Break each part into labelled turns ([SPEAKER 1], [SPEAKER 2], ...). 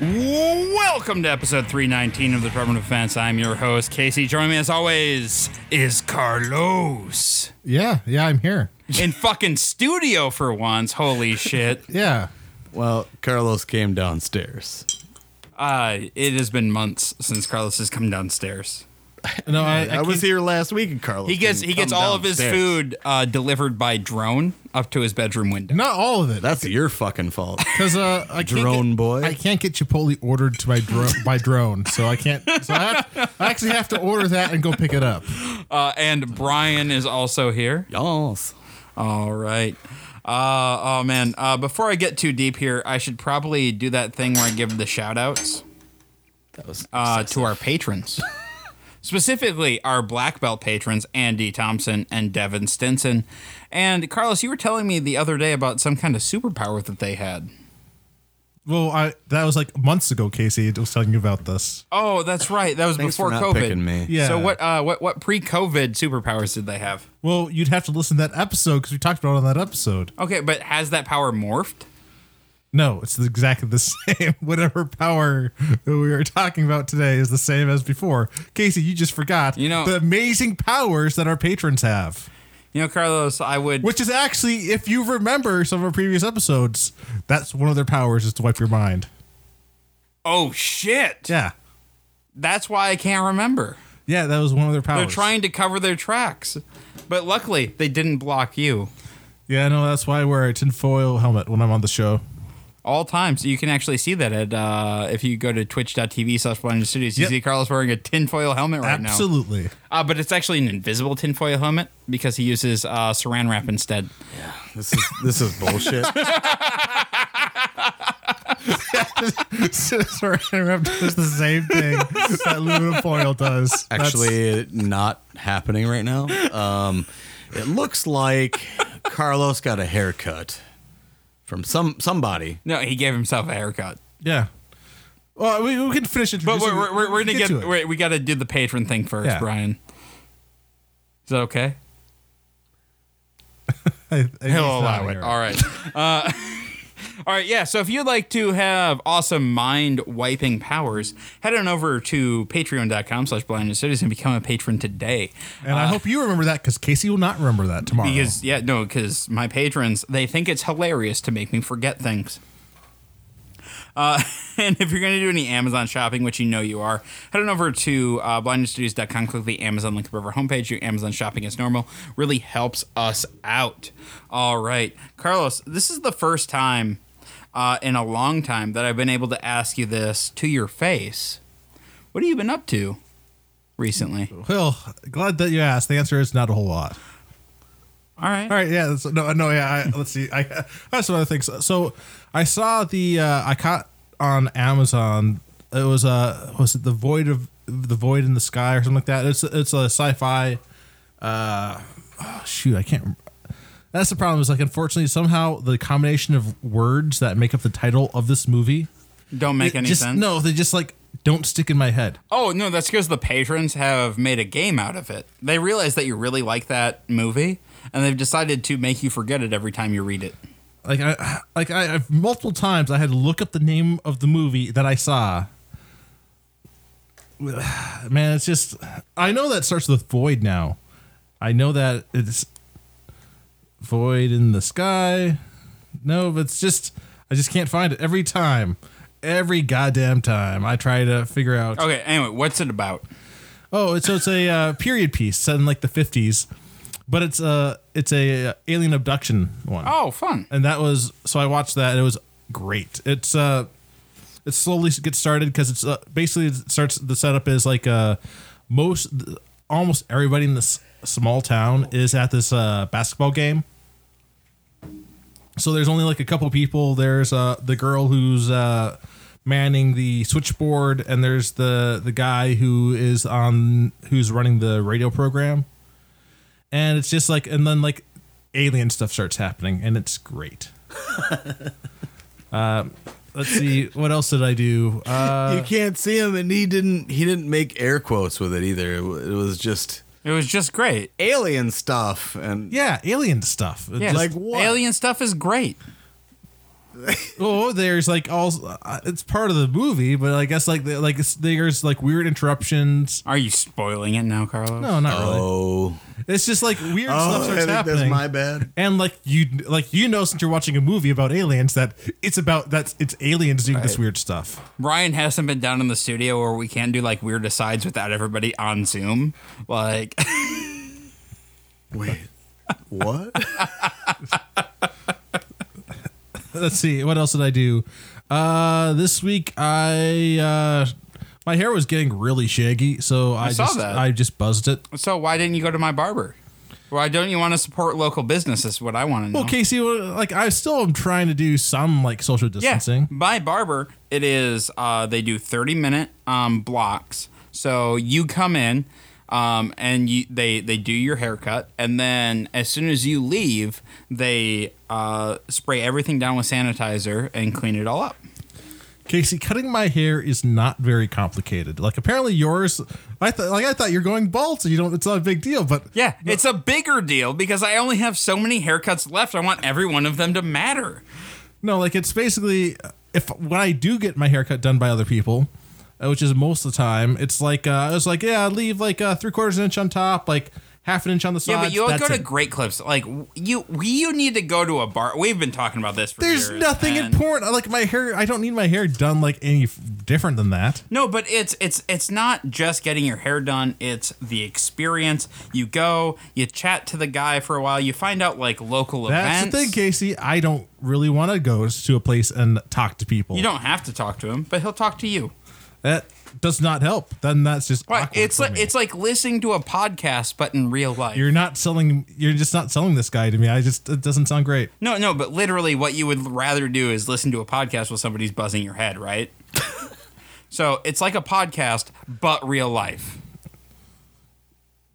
[SPEAKER 1] Welcome to episode 319 of the Department of Defense. I'm your host, Casey. Joining me as always is Carlos.
[SPEAKER 2] Yeah, yeah, I'm here.
[SPEAKER 1] In fucking studio for once. Holy shit.
[SPEAKER 2] Yeah.
[SPEAKER 3] Well, Carlos came downstairs.
[SPEAKER 1] Uh, it has been months since Carlos has come downstairs.
[SPEAKER 2] No, I,
[SPEAKER 3] I, was here last week, and Carlos
[SPEAKER 1] He gets
[SPEAKER 3] didn't
[SPEAKER 1] he gets
[SPEAKER 3] come
[SPEAKER 1] all of his
[SPEAKER 3] downstairs.
[SPEAKER 1] food uh, delivered by drone up to his bedroom window.
[SPEAKER 2] not all of it.
[SPEAKER 3] That's your fucking fault.
[SPEAKER 2] Because uh, I can't
[SPEAKER 3] Drone
[SPEAKER 2] get,
[SPEAKER 3] boy.
[SPEAKER 2] I can't get Chipotle ordered to my drone by drone, so I can't. So I, have, I actually have to order that and go pick it up.
[SPEAKER 1] Uh, and Brian is also here.
[SPEAKER 3] Y'all's.
[SPEAKER 1] All right. Uh, oh man. Uh, before I get too deep here, I should probably do that thing where I give the shout outs.
[SPEAKER 3] That was
[SPEAKER 1] uh, to our patrons. Specifically, our black belt patrons, Andy Thompson and Devin Stinson. And Carlos, you were telling me the other day about some kind of superpower that they had.
[SPEAKER 2] Well, I that was like months ago. Casey was telling you about this.
[SPEAKER 1] Oh, that's right. That was
[SPEAKER 3] Thanks
[SPEAKER 1] before
[SPEAKER 3] for not
[SPEAKER 1] COVID.
[SPEAKER 3] picking me.
[SPEAKER 2] Yeah.
[SPEAKER 1] So what? Uh, what? What pre-COVID superpowers did they have?
[SPEAKER 2] Well, you'd have to listen to that episode because we talked about it on that episode.
[SPEAKER 1] Okay, but has that power morphed?
[SPEAKER 2] No, it's exactly the same. Whatever power that we are talking about today is the same as before. Casey, you just forgot
[SPEAKER 1] You know-
[SPEAKER 2] the amazing powers that our patrons have.
[SPEAKER 1] You know, Carlos, I would.
[SPEAKER 2] Which is actually, if you remember some of our previous episodes, that's one of their powers is to wipe your mind.
[SPEAKER 1] oh shit!
[SPEAKER 2] Yeah.
[SPEAKER 1] That's why I can't remember.
[SPEAKER 2] Yeah, that was one of their powers.
[SPEAKER 1] They're trying to cover their tracks, but luckily they didn't block you.
[SPEAKER 2] Yeah, no, that's why I wear a tinfoil helmet when I'm on the show.
[SPEAKER 1] all time. So you can actually see that at uh, if you go to twitch.tv slash Blind Studios. You
[SPEAKER 2] Yep.
[SPEAKER 1] see Carlos wearing a tinfoil helmet right
[SPEAKER 2] Absolutely.
[SPEAKER 1] now. Uh, but it's actually an invisible tinfoil helmet because he uses uh, saran wrap instead.
[SPEAKER 3] This is this is bullshit.
[SPEAKER 2] Sorry, I interrupted. It's the same thing that aluminum foil does. That's-
[SPEAKER 3] Actually, not happening right now. Um, it looks like Carlos got a haircut from some somebody.
[SPEAKER 1] No, he gave himself a haircut.
[SPEAKER 2] yeah. Well, we, we can finish it.
[SPEAKER 1] But we're, we're, we're, going to get,
[SPEAKER 2] it.
[SPEAKER 1] we we got to do the patron thing first,
[SPEAKER 2] Yeah.
[SPEAKER 1] Brian. Is that okay?
[SPEAKER 2] I- I think it's
[SPEAKER 1] He'll
[SPEAKER 2] not
[SPEAKER 1] allow it.
[SPEAKER 2] here.
[SPEAKER 1] All right. Uh, all right. Yeah. So if you'd like to have awesome mind wiping powers, head on over to patreon.com slash blind and and become a patron today.
[SPEAKER 2] And
[SPEAKER 1] Uh,
[SPEAKER 2] I hope you remember that because Casey will not remember that tomorrow.
[SPEAKER 1] Because yeah, no, because my patrons they think it's hilarious to make me forget things. Uh, and if you're going to do any Amazon shopping, which you know you are, head on over to uh, blindstudios.com, click the Amazon link above our homepage. Do Amazon shopping as normal. Really helps us out. All right. Carlos, this is the first time uh, in a long time that I've been able to ask you this to your face. What have you been up to recently?
[SPEAKER 2] Well, glad that you asked. The answer is not a whole lot.
[SPEAKER 1] All right.
[SPEAKER 2] All right, yeah. That's, no, no, yeah. I, let's see. I I have some other things. So I saw the uh, I caught on Amazon. It was uh was it the void of the void in the sky or something like that. It's it's a sci-fi. Uh, oh, shoot, I can't. rem- That's the problem. Is like unfortunately somehow the combination of words that make up the title of this movie
[SPEAKER 1] Don't make
[SPEAKER 2] it
[SPEAKER 1] any
[SPEAKER 2] just,
[SPEAKER 1] sense.
[SPEAKER 2] No, they just like don't stick in my head.
[SPEAKER 1] Oh no, that's because the patrons have made a game out of it. They realize that you really like that movie, and they've decided to make you forget it every time you read it.
[SPEAKER 2] like I like I I've, multiple times I had to look up the name of the movie that I saw. Man, it's just I know that starts with void now. I know that it's void in the sky. No, but it's just I just can't find it every time. Every goddamn time I try to figure out.
[SPEAKER 1] Okay, anyway, what's it about?
[SPEAKER 2] Oh, it's, so it's a uh, period piece set in like the 50s, but it's a it's a uh, alien abduction one
[SPEAKER 1] Oh, fun.
[SPEAKER 2] and that was so I watched that and it was great. It's uh, it slowly gets started because it's uh, basically it starts the setup is like uh, most almost everybody in this small town is at this uh basketball game. So there's only like a couple people. There's uh the girl who's uh manning the switchboard, and there's the the guy who is on who's running the radio program and it's just like and then like alien stuff starts happening and it's great. um, let's see what else did I do? Uh,
[SPEAKER 3] you can't see him, and he didn't. He didn't make air quotes with it either. It wa- it was just
[SPEAKER 1] It was just great.
[SPEAKER 3] alien stuff, and
[SPEAKER 2] yeah, alien stuff. It
[SPEAKER 1] Yeah,
[SPEAKER 2] just-
[SPEAKER 3] Like what?
[SPEAKER 1] Alien stuff is great.
[SPEAKER 2] oh, there's like all. uh, It's part of the movie, but I guess like the- like it's- there's like weird interruptions.
[SPEAKER 1] Are you spoiling it now, Carlos?
[SPEAKER 2] No, not
[SPEAKER 3] oh,
[SPEAKER 2] really. It's just like weird
[SPEAKER 3] oh,
[SPEAKER 2] stuff
[SPEAKER 3] I
[SPEAKER 2] starts
[SPEAKER 3] think that's
[SPEAKER 2] happening.
[SPEAKER 3] my bad.
[SPEAKER 2] and like you like you know since you're watching a movie about aliens that it's about that's it's aliens doing this weird stuff.
[SPEAKER 1] Ryan hasn't been down in the studio where we can't do like weird asides without everybody on Zoom. Like,
[SPEAKER 3] Wait, what?
[SPEAKER 2] Let's see what else did I do? Uh this week I uh my hair was getting really shaggy, so I,
[SPEAKER 1] saw
[SPEAKER 2] just
[SPEAKER 1] that.
[SPEAKER 2] I just buzzed it.
[SPEAKER 1] so why didn't you go to my barber? Why don't you want to support local businesses? What I want to know.
[SPEAKER 2] Well, Casey, well, like I still am trying to do some like social
[SPEAKER 1] yeah,
[SPEAKER 2] distancing.
[SPEAKER 1] by barber, it is uh, they do thirty minute um, blocks. So you come in, um, and you they they do your haircut, and then as soon as you leave, they uh, spray everything down with sanitizer and clean it all up.
[SPEAKER 2] Casey, cutting my hair is not very complicated. Like apparently yours, I thought like I thought you're going bald, so you don't. It's not a big deal, but
[SPEAKER 1] Yeah, it's a bigger deal because I only have so many haircuts left. I want every one of them to matter.
[SPEAKER 2] No, like it's basically if when I do get my haircut done by other people, uh, which is most of the time, it's like uh, I was like, yeah, I leave like uh, three quarters of an inch on top, like half an inch on the sides.
[SPEAKER 1] Yeah, but Uh, you always
[SPEAKER 2] that's
[SPEAKER 1] go to
[SPEAKER 2] it.
[SPEAKER 1] great clips. Like you, we, you need to go to a bar. We've been talking about this for
[SPEAKER 2] There's
[SPEAKER 1] years,
[SPEAKER 2] nothing
[SPEAKER 1] and-
[SPEAKER 2] important. I Like my hair, I don't need my hair done like any f- different than that.
[SPEAKER 1] No, but it's it's it's not just getting your hair done. It's the experience. You go, you chat to the guy for a while. You find out like local
[SPEAKER 2] That's
[SPEAKER 1] events.
[SPEAKER 2] the thing, Casey. I don't really want to go to a place and talk to people.
[SPEAKER 1] You don't have to talk to him, but he'll talk to you.
[SPEAKER 2] That does not help. Then that's just
[SPEAKER 1] But
[SPEAKER 2] awkward
[SPEAKER 1] it's
[SPEAKER 2] for
[SPEAKER 1] like
[SPEAKER 2] me.
[SPEAKER 1] it's like listening to a podcast, but in real life.
[SPEAKER 2] you're not selling. You're just not selling this guy to me. I just it doesn't sound great.
[SPEAKER 1] No, no, but literally, what you would rather do is listen to a podcast while somebody's buzzing your head, right? so it's like a podcast, but real life.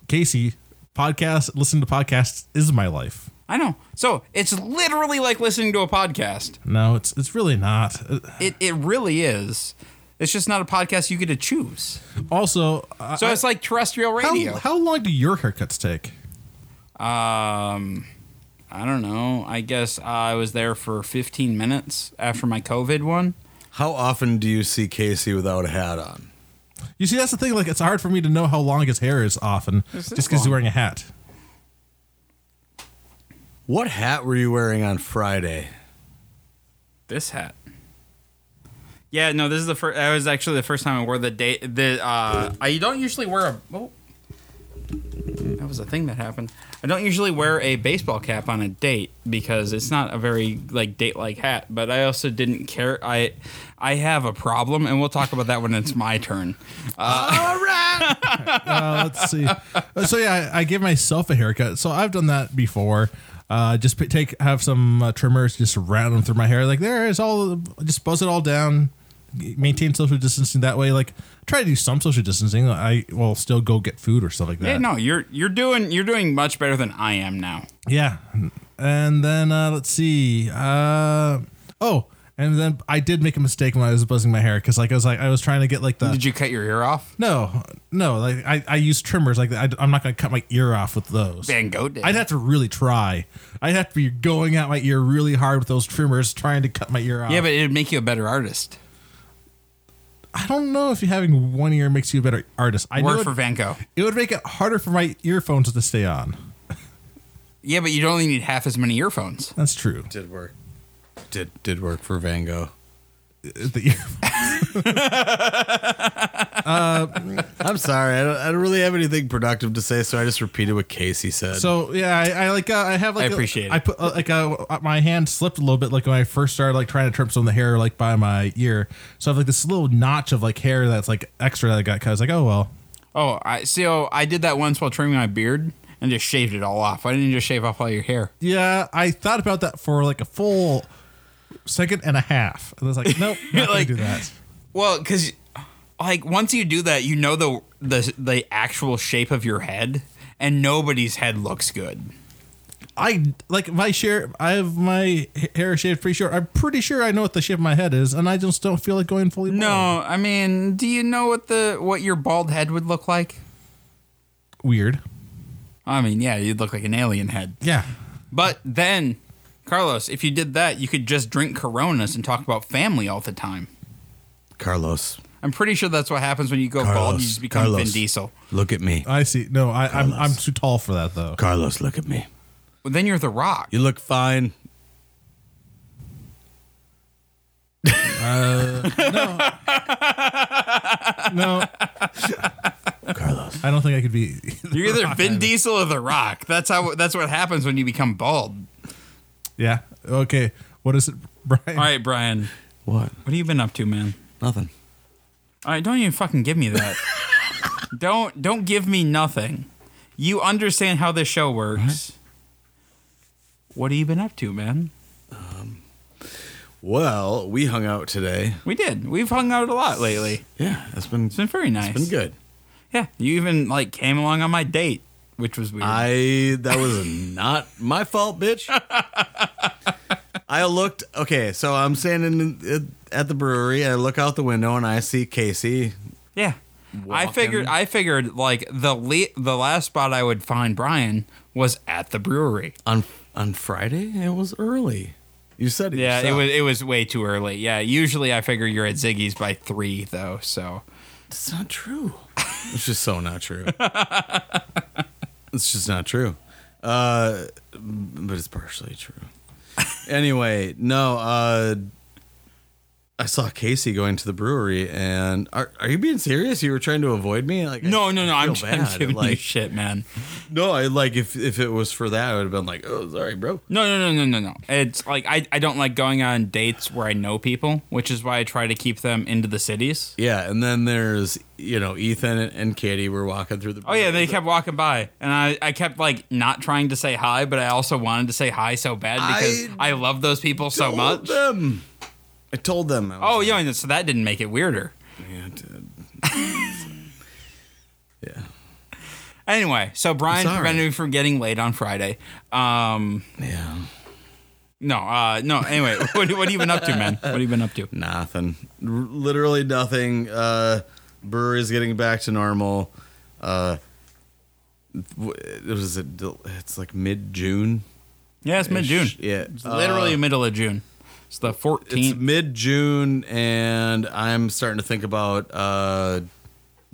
[SPEAKER 2] Casey, podcast. Listen to podcasts is my life.
[SPEAKER 1] I know. So it's literally like listening to a podcast.
[SPEAKER 2] No, it's it's really not. Uh,
[SPEAKER 1] It, it really is. It's just not a podcast you get to choose.
[SPEAKER 2] Also, uh,
[SPEAKER 1] So it's like terrestrial radio.
[SPEAKER 2] how, how long do your haircuts take?
[SPEAKER 1] um, I don't know. I guess I was there for 15 minutes after my COVID one.
[SPEAKER 3] How often do you see Casey without a hat on?
[SPEAKER 2] You see, that's the thing. Like, it's hard for me to know how long his hair is often, just
[SPEAKER 1] It's this
[SPEAKER 2] because he's
[SPEAKER 1] long.
[SPEAKER 2] wearing a hat.
[SPEAKER 3] What hat were you wearing on Friday?
[SPEAKER 1] This hat. Yeah, no, this is the first. That was actually the first time I wore the day. The uh, I don't usually wear a. Oh, that was a thing that happened. I don't usually wear a baseball cap on a date because it's not a very like date like hat. But I also didn't care. I I have a problem, and we'll talk about that when it's my turn.
[SPEAKER 2] Uh, let's see. Uh, so yeah, I, I give myself a haircut. So I've done that before. Uh, just p- take have some uh, trimmers, just round them through my hair. Like there is all, just buzz it all down. Maintain social distancing that way. Like try to do some social distancing. I will still go get food or stuff like that.
[SPEAKER 1] Yeah, no, you're you're doing you're doing much better than I am now.
[SPEAKER 2] Yeah. And then uh, let's see. Uh, oh, and then I did make a mistake when I was buzzing my hair because like I was like I was trying to get like the
[SPEAKER 1] Did you cut your ear off?
[SPEAKER 2] no no like I, I use trimmers like I, I'm not gonna cut my ear off with those.
[SPEAKER 1] Van Gogh did.
[SPEAKER 2] I'd have to really try. I'd have to be going at my ear really hard with those trimmers trying to cut my ear off.
[SPEAKER 1] yeah, but it'd make you a better artist.
[SPEAKER 2] I don't know if having one ear makes you a better artist. I know
[SPEAKER 1] Work
[SPEAKER 2] it,
[SPEAKER 1] for Van Gogh.
[SPEAKER 2] it would make it harder for my earphones to stay on.
[SPEAKER 1] Yeah, but you'd only need half as many earphones.
[SPEAKER 2] That's true.
[SPEAKER 3] Did work. Did did work for Van Gogh.
[SPEAKER 2] The ear-
[SPEAKER 3] I'm sorry. I don't, I don't really have anything productive to say, so I just repeated what Casey said.
[SPEAKER 2] So yeah, I, I like uh, I have like
[SPEAKER 1] I
[SPEAKER 2] a-
[SPEAKER 1] appreciate it.
[SPEAKER 2] I put uh, like uh, my hand slipped a little bit like when I first started like trying to trim some of the hair like by my ear. So I have like this little notch of like hair that's like extra that I got. Cause I was like oh well,
[SPEAKER 1] Oh, I see. Oh, I did that once while trimming my beard and just shaved it all off. Why didn't you just shave off all your hair?
[SPEAKER 2] yeah. I thought about that for like a full second and a half. And I was like nope, not gonna
[SPEAKER 1] Like-
[SPEAKER 2] do that.
[SPEAKER 1] Well, because like once you do that, you know the the the actual shape of your head, and nobody's head looks good.
[SPEAKER 2] I like my share. I have my h- hair shaved pretty short. I'm pretty sure I know what the shape of my head is, and I just don't feel like going fully. bald.
[SPEAKER 1] No, I mean, do you know what the what your bald head would look like?
[SPEAKER 2] weird.
[SPEAKER 1] I mean, yeah, you'd look like an alien head.
[SPEAKER 2] Yeah,
[SPEAKER 1] But then, Carlos, if you did that, you could just drink Coronas and talk about family all the time.
[SPEAKER 3] Carlos.
[SPEAKER 1] I'm pretty sure that's what happens when you go bald.
[SPEAKER 3] Carlos.
[SPEAKER 1] You just become
[SPEAKER 3] Carlos.
[SPEAKER 1] Vin Diesel.
[SPEAKER 3] Look at me.
[SPEAKER 2] I see. No, I, I'm I'm too tall for that though.
[SPEAKER 3] Carlos, look at me.
[SPEAKER 1] Well, then you're The Rock.
[SPEAKER 3] You look fine.
[SPEAKER 2] No,
[SPEAKER 3] Carlos.
[SPEAKER 2] I don't think I could be.
[SPEAKER 1] You're either Vin Diesel or The Rock. That's how. That's what happens when you become bald.
[SPEAKER 2] yeah. Okay. What is it, Brian?
[SPEAKER 1] All right, Brian.
[SPEAKER 3] What?
[SPEAKER 1] What have you been up to, man?
[SPEAKER 3] Nothing.
[SPEAKER 1] All right, don't even fucking give me that. don't don't give me nothing. You understand how this show works. What, have you been up to, man?
[SPEAKER 3] Well, we hung out today.
[SPEAKER 1] We did. We've hung out a lot lately.
[SPEAKER 3] Yeah, it's been
[SPEAKER 1] It's been very nice.
[SPEAKER 3] been good.
[SPEAKER 1] Yeah, you even like came along on my date, which was weird.
[SPEAKER 3] I that was not my fault, bitch. I looked okay, so I'm standing in, at the brewery. I look out the window and I see Casey.
[SPEAKER 1] yeah. I
[SPEAKER 3] Walking.
[SPEAKER 1] figured I figured like the le- the last spot I would find Brian was at the brewery.
[SPEAKER 3] on on Friday. It was early. You said it.
[SPEAKER 1] Yeah, it
[SPEAKER 3] yourself.
[SPEAKER 1] was it was way too early. Yeah, usually I figure you're at Ziggy's by 3 though, so
[SPEAKER 3] It's not true. It's just so not true. it's just not true. Uh, but it's partially true. Anyway, no. Uh, I saw Casey going to the brewery, and are are you being serious? You were trying to avoid me? Like, I
[SPEAKER 1] No, no, no. I'm,
[SPEAKER 3] feel
[SPEAKER 1] I'm
[SPEAKER 3] bad.
[SPEAKER 1] giving you
[SPEAKER 3] like,
[SPEAKER 1] shit, man.
[SPEAKER 3] no. I like if if it was for that, I would have been like, oh, sorry, bro.
[SPEAKER 1] No, no, no, no, no, no. It's like I, I don't like going on dates where I know people, which is why I try to keep them into the cities.
[SPEAKER 3] Yeah, and then there's you know Ethan and, and Katie were walking through the.
[SPEAKER 1] Oh
[SPEAKER 3] brewery.
[SPEAKER 1] yeah, they kept walking by, and I, I kept like not trying to say hi, but I also wanted to say hi so bad because I, love those people so
[SPEAKER 3] told
[SPEAKER 1] much.
[SPEAKER 3] Them. I told them. I was
[SPEAKER 1] Oh
[SPEAKER 3] like,
[SPEAKER 1] yeah, and so that didn't make it weirder.
[SPEAKER 3] Yeah, it did. uh, yeah.
[SPEAKER 1] Anyway, so Brian
[SPEAKER 3] sorry.
[SPEAKER 1] prevented me from getting late on Friday. Um,
[SPEAKER 3] Yeah.
[SPEAKER 1] no, uh, no. Anyway, what, what have you been up to, man? What have you been up to?
[SPEAKER 3] Nothing. R- literally nothing. Uh, brewery's getting back to normal. Uh, w- it was a, del- it's like mid June.
[SPEAKER 1] Yeah, it's mid June.
[SPEAKER 3] Yeah. Uh,
[SPEAKER 1] It's literally middle of June. It's the
[SPEAKER 3] It's
[SPEAKER 1] 14th.
[SPEAKER 3] mid June, and I'm starting to think about uh,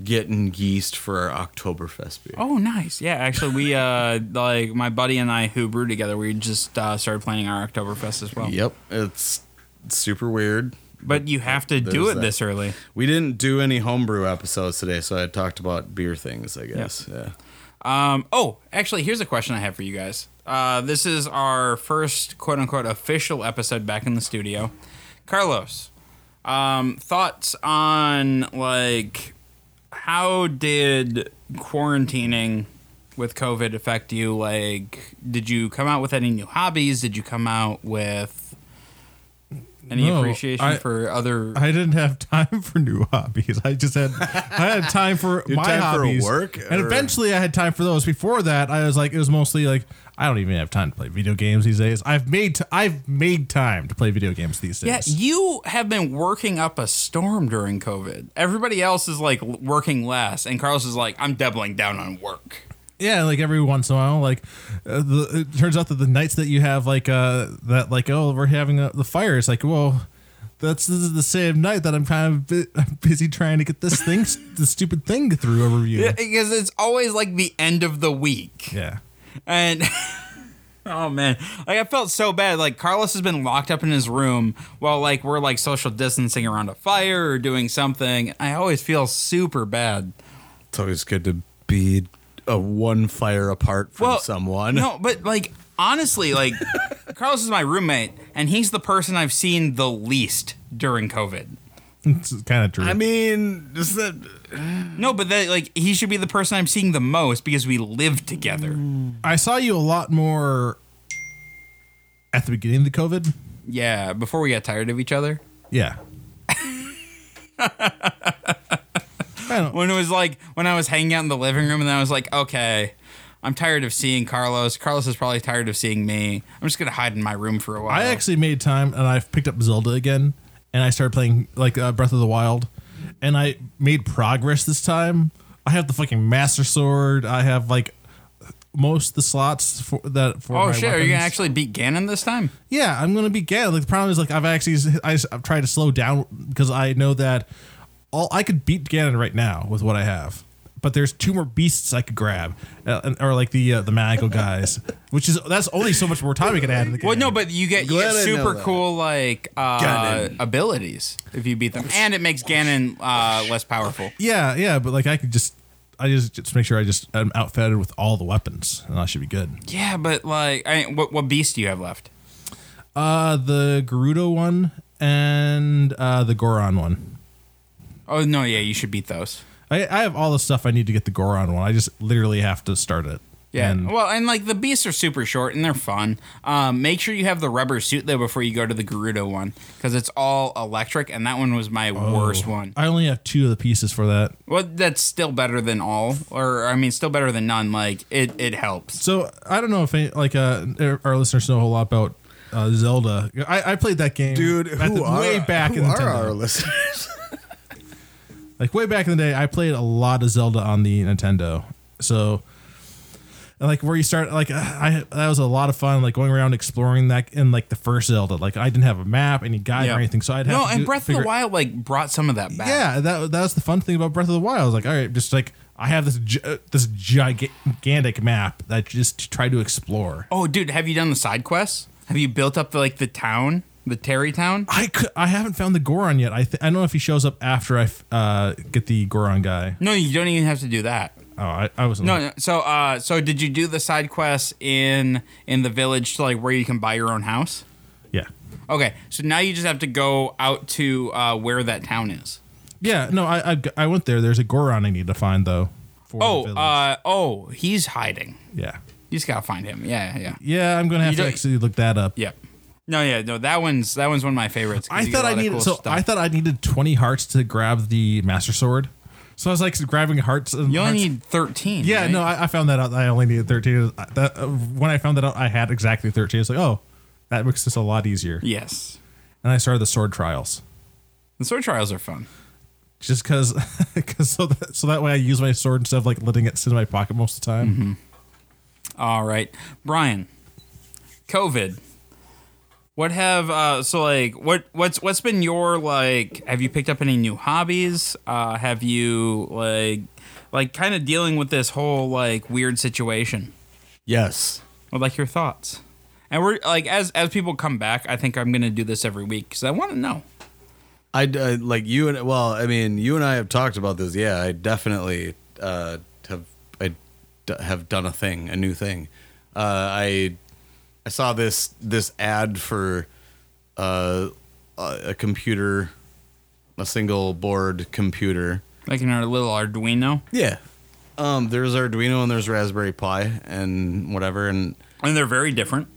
[SPEAKER 3] getting yeast for our Oktoberfest beer.
[SPEAKER 1] Oh, nice. Yeah, actually, we uh like my buddy and I who brew together. We just uh, started planning our Oktoberfest as well.
[SPEAKER 3] Yep. It's super weird.
[SPEAKER 1] But you have to do
[SPEAKER 3] There's
[SPEAKER 1] it
[SPEAKER 3] that.
[SPEAKER 1] this early.
[SPEAKER 3] We didn't do any homebrew episodes today, so I talked about beer things, I guess. Yeah.
[SPEAKER 1] Um. Oh, actually, here's a question I have for you guys. Uh, this is our first quote unquote official episode back in the studio. Carlos, um, thoughts on like how did quarantining with COVID affect you? Like, did you come out with any new hobbies? Did you come out with any
[SPEAKER 2] No,
[SPEAKER 1] appreciation
[SPEAKER 2] I-
[SPEAKER 1] for other?
[SPEAKER 2] I didn't have time for new hobbies. I just had I had time for
[SPEAKER 3] You had
[SPEAKER 2] my
[SPEAKER 3] time for
[SPEAKER 2] hobbies.
[SPEAKER 3] work,
[SPEAKER 2] and
[SPEAKER 3] or-
[SPEAKER 2] eventually I had time for those. Before that, I was like, it was mostly like I don't even have time to play video games these days. I've made t- I've made time to play video games these
[SPEAKER 1] yeah,
[SPEAKER 2] days.
[SPEAKER 1] you have been working up a storm during COVID. Everybody else is like l- working less, and Carlos is like, I'm doubling down on work.
[SPEAKER 2] yeah like every once in a while like uh, the, it turns out that the nights that you have like uh that like oh we're having a, the fire it's like well that's this is the same night that i'm kind of bu- I'm busy trying to get this thing the stupid thing through a review yeah,
[SPEAKER 1] Because it's always like the end of the week. And oh man, like I felt so bad. Like Carlos has been locked up in his room while like we're like social distancing around a fire or doing something. I always feel super bad.
[SPEAKER 3] It's always good to be a one fire apart from someone.
[SPEAKER 1] No, but like honestly, like Carlos is my roommate, and he's the person I've seen the least during COVID.
[SPEAKER 2] it's kind of true
[SPEAKER 3] I mean, is that
[SPEAKER 1] No, but that like he should be the person I'm seeing the most because we live together.
[SPEAKER 2] i saw you a lot more at the beginning of the covid
[SPEAKER 1] Yeah, before we got tired of each other.
[SPEAKER 2] yeah I don't,
[SPEAKER 1] When it was like when I was hanging out in the living room and I was like, okay, I'm tired of seeing Carlos. Carlos is probably tired of seeing me. I'm just gonna hide in my room for a while.
[SPEAKER 2] I actually made time and I've picked up Zelda again and I started playing like uh, Breath of the Wild and I made progress this time. I have the fucking Master Sword. I have like most of the slots for that for
[SPEAKER 1] oh
[SPEAKER 2] my
[SPEAKER 1] shit, are you gonna
[SPEAKER 2] weapons.
[SPEAKER 1] actually beat Ganon this time?
[SPEAKER 2] Yeah, I'm gonna be gay. Like the problem is like I've actually I, have tried to slow down because I know that all I could beat Ganon right now with what I have, but there's two more beasts I could grab, uh, and, or like the uh, the magical guys, which is that's only so much more time we can add in the game.
[SPEAKER 1] Well, no, but you get you
[SPEAKER 3] Glad
[SPEAKER 1] get
[SPEAKER 3] I know
[SPEAKER 1] super
[SPEAKER 3] that.
[SPEAKER 1] cool like uh,
[SPEAKER 3] Ganon.
[SPEAKER 1] abilities if you beat them, and it makes Ganon uh, less powerful.
[SPEAKER 2] yeah, yeah, but like I could just I just just make sure I just am outfitted with all the weapons, and I should be good.
[SPEAKER 1] Yeah, but like, I, what what beast do you have left?
[SPEAKER 2] Uh, the Gerudo one and uh the Goron one.
[SPEAKER 1] Oh no, yeah, you should beat those.
[SPEAKER 2] I I have all the stuff I need to get the Goron one. I just literally have to start it.
[SPEAKER 1] Yeah.
[SPEAKER 2] And-
[SPEAKER 1] well, and like the beasts are super short and they're fun. Um, make sure you have the rubber suit though before you go to the Gerudo one because it's all electric, and that one was my
[SPEAKER 2] Oh.
[SPEAKER 1] worst one.
[SPEAKER 2] I only have two of the pieces for that.
[SPEAKER 1] Well, that's still better than all, or I mean, still better than none. Like it, it helps.
[SPEAKER 2] So I don't know if any, like uh, our listeners know a whole lot about uh, Zelda. I, I played that game,
[SPEAKER 3] dude.
[SPEAKER 2] at
[SPEAKER 3] Who
[SPEAKER 2] the-
[SPEAKER 3] are
[SPEAKER 2] way back
[SPEAKER 3] who
[SPEAKER 2] in
[SPEAKER 3] are
[SPEAKER 2] Nintendo.
[SPEAKER 3] our listeners?
[SPEAKER 2] like way back in the day, I played a lot of Zelda on the Nintendo. So and, like where you start like I that was a lot of fun like going around exploring that in like the first Zelda. Like I didn't have a map, any guide
[SPEAKER 1] Yeah.
[SPEAKER 2] or anything, so I'd have
[SPEAKER 1] No,
[SPEAKER 2] to
[SPEAKER 1] and
[SPEAKER 2] do-
[SPEAKER 1] Breath of
[SPEAKER 2] figure-
[SPEAKER 1] the Wild like brought some of that back.
[SPEAKER 2] Yeah, that that was the fun thing about Breath of the Wild. I was like, all right, just like I have this gi- uh, this gigantic map that I just try to explore.
[SPEAKER 1] Oh, dude, have you done the side quests? Have you built up the, like the town, the Terry town?
[SPEAKER 2] I could, I haven't found the Goron yet. I th- I don't know if he shows up after I f- uh, get the Goron guy.
[SPEAKER 1] No, you don't even have to do that.
[SPEAKER 2] Oh, I, I wasn't.
[SPEAKER 1] No, no. So, uh, so did you do the side quests in in the village to like where you can buy your own house?
[SPEAKER 2] Yeah.
[SPEAKER 1] Okay, so now you just have to go out to uh, where that town is.
[SPEAKER 2] Yeah. No, I, I I went there. There's a Goron I need to find though. For the
[SPEAKER 1] Oh,
[SPEAKER 2] village.
[SPEAKER 1] uh, oh, he's hiding.
[SPEAKER 2] yeah.
[SPEAKER 1] You just gotta find him. Yeah, yeah, yeah.
[SPEAKER 2] Yeah, I'm gonna have
[SPEAKER 1] You
[SPEAKER 2] to
[SPEAKER 1] don't-
[SPEAKER 2] actually look that up.
[SPEAKER 1] yeah. No, yeah, no. That one's that one's one of my favorites. 'cause
[SPEAKER 2] I
[SPEAKER 1] you get
[SPEAKER 2] thought
[SPEAKER 1] a
[SPEAKER 2] I
[SPEAKER 1] lot of
[SPEAKER 2] needed
[SPEAKER 1] cool
[SPEAKER 2] so
[SPEAKER 1] stuff.
[SPEAKER 2] I thought I needed 20 hearts to grab the Master Sword. So I was like grabbing hearts. And
[SPEAKER 1] you only
[SPEAKER 2] hearts-
[SPEAKER 1] need thirteen.
[SPEAKER 2] Yeah,
[SPEAKER 1] right?
[SPEAKER 2] no, I, I found that out. I only needed 13. That, uh, when I found that out, I had exactly 13. It's like, oh, that makes this a lot easier.
[SPEAKER 1] yes,
[SPEAKER 2] And I started the sword trials.
[SPEAKER 1] the sword trials are fun.
[SPEAKER 2] just because so that, so that way I use my sword instead of like letting it sit in my pocket most of the
[SPEAKER 1] Mm-hmm.
[SPEAKER 2] time.
[SPEAKER 1] All right, Brian. COVID. What have uh, so like what what's what's been your like? Have you picked up any new hobbies? Uh, have you like like kind of dealing with this whole like weird situation?
[SPEAKER 3] yes.
[SPEAKER 1] I'd like your thoughts. And we're like as as people come back, I think I'm gonna do this every week because I want to know.
[SPEAKER 3] I uh, like you and well, I mean, you and I have talked about this. Yeah, I definitely uh, have I d- have done a thing, a new thing. Uh, I I saw this this ad for uh, a a computer, a single board computer.
[SPEAKER 1] Like in our little Arduino,
[SPEAKER 3] Yeah. Um, there's Arduino and there's Raspberry Pi and whatever and
[SPEAKER 1] and they're very different.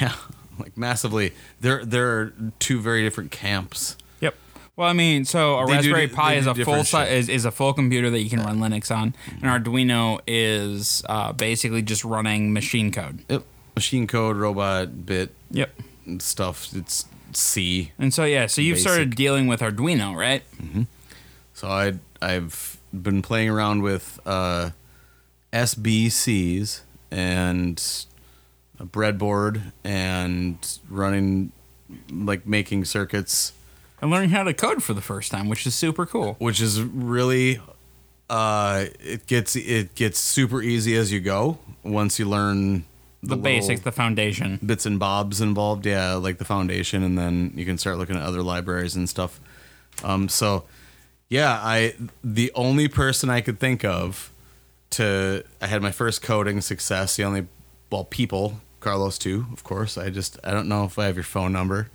[SPEAKER 3] yeah, like massively. There there are two very different camps.
[SPEAKER 1] Yep. Well, I mean, so a
[SPEAKER 3] They do
[SPEAKER 1] Raspberry
[SPEAKER 3] di-
[SPEAKER 1] Pi
[SPEAKER 3] they
[SPEAKER 1] is
[SPEAKER 3] do
[SPEAKER 1] a full
[SPEAKER 3] different
[SPEAKER 1] si-
[SPEAKER 3] shit.
[SPEAKER 1] is, is a full computer that you can run Linux on, and Arduino is uh, basically just running machine code.
[SPEAKER 3] Yep. Machine code, robot, bit
[SPEAKER 1] Yep.
[SPEAKER 3] and stuff. It's C.
[SPEAKER 1] And so yeah, so you've
[SPEAKER 3] Basic.
[SPEAKER 1] started dealing with Arduino, right?
[SPEAKER 3] So I I've been playing around with uh, SBCs and a breadboard and running like making circuits,
[SPEAKER 1] And learning how to code for the first time, which is super cool.
[SPEAKER 3] which is really uh, it gets it gets super easy as you go once you learn
[SPEAKER 1] The,
[SPEAKER 3] little-
[SPEAKER 1] basics, the foundation.
[SPEAKER 3] bits and bobs involved. Yeah, like the foundation, and then you can start looking at other libraries and stuff. Um, so yeah, I the only person I could think of to I had my first coding success. The only well people, Carlos too, of course. I just I don't know if I have your phone number.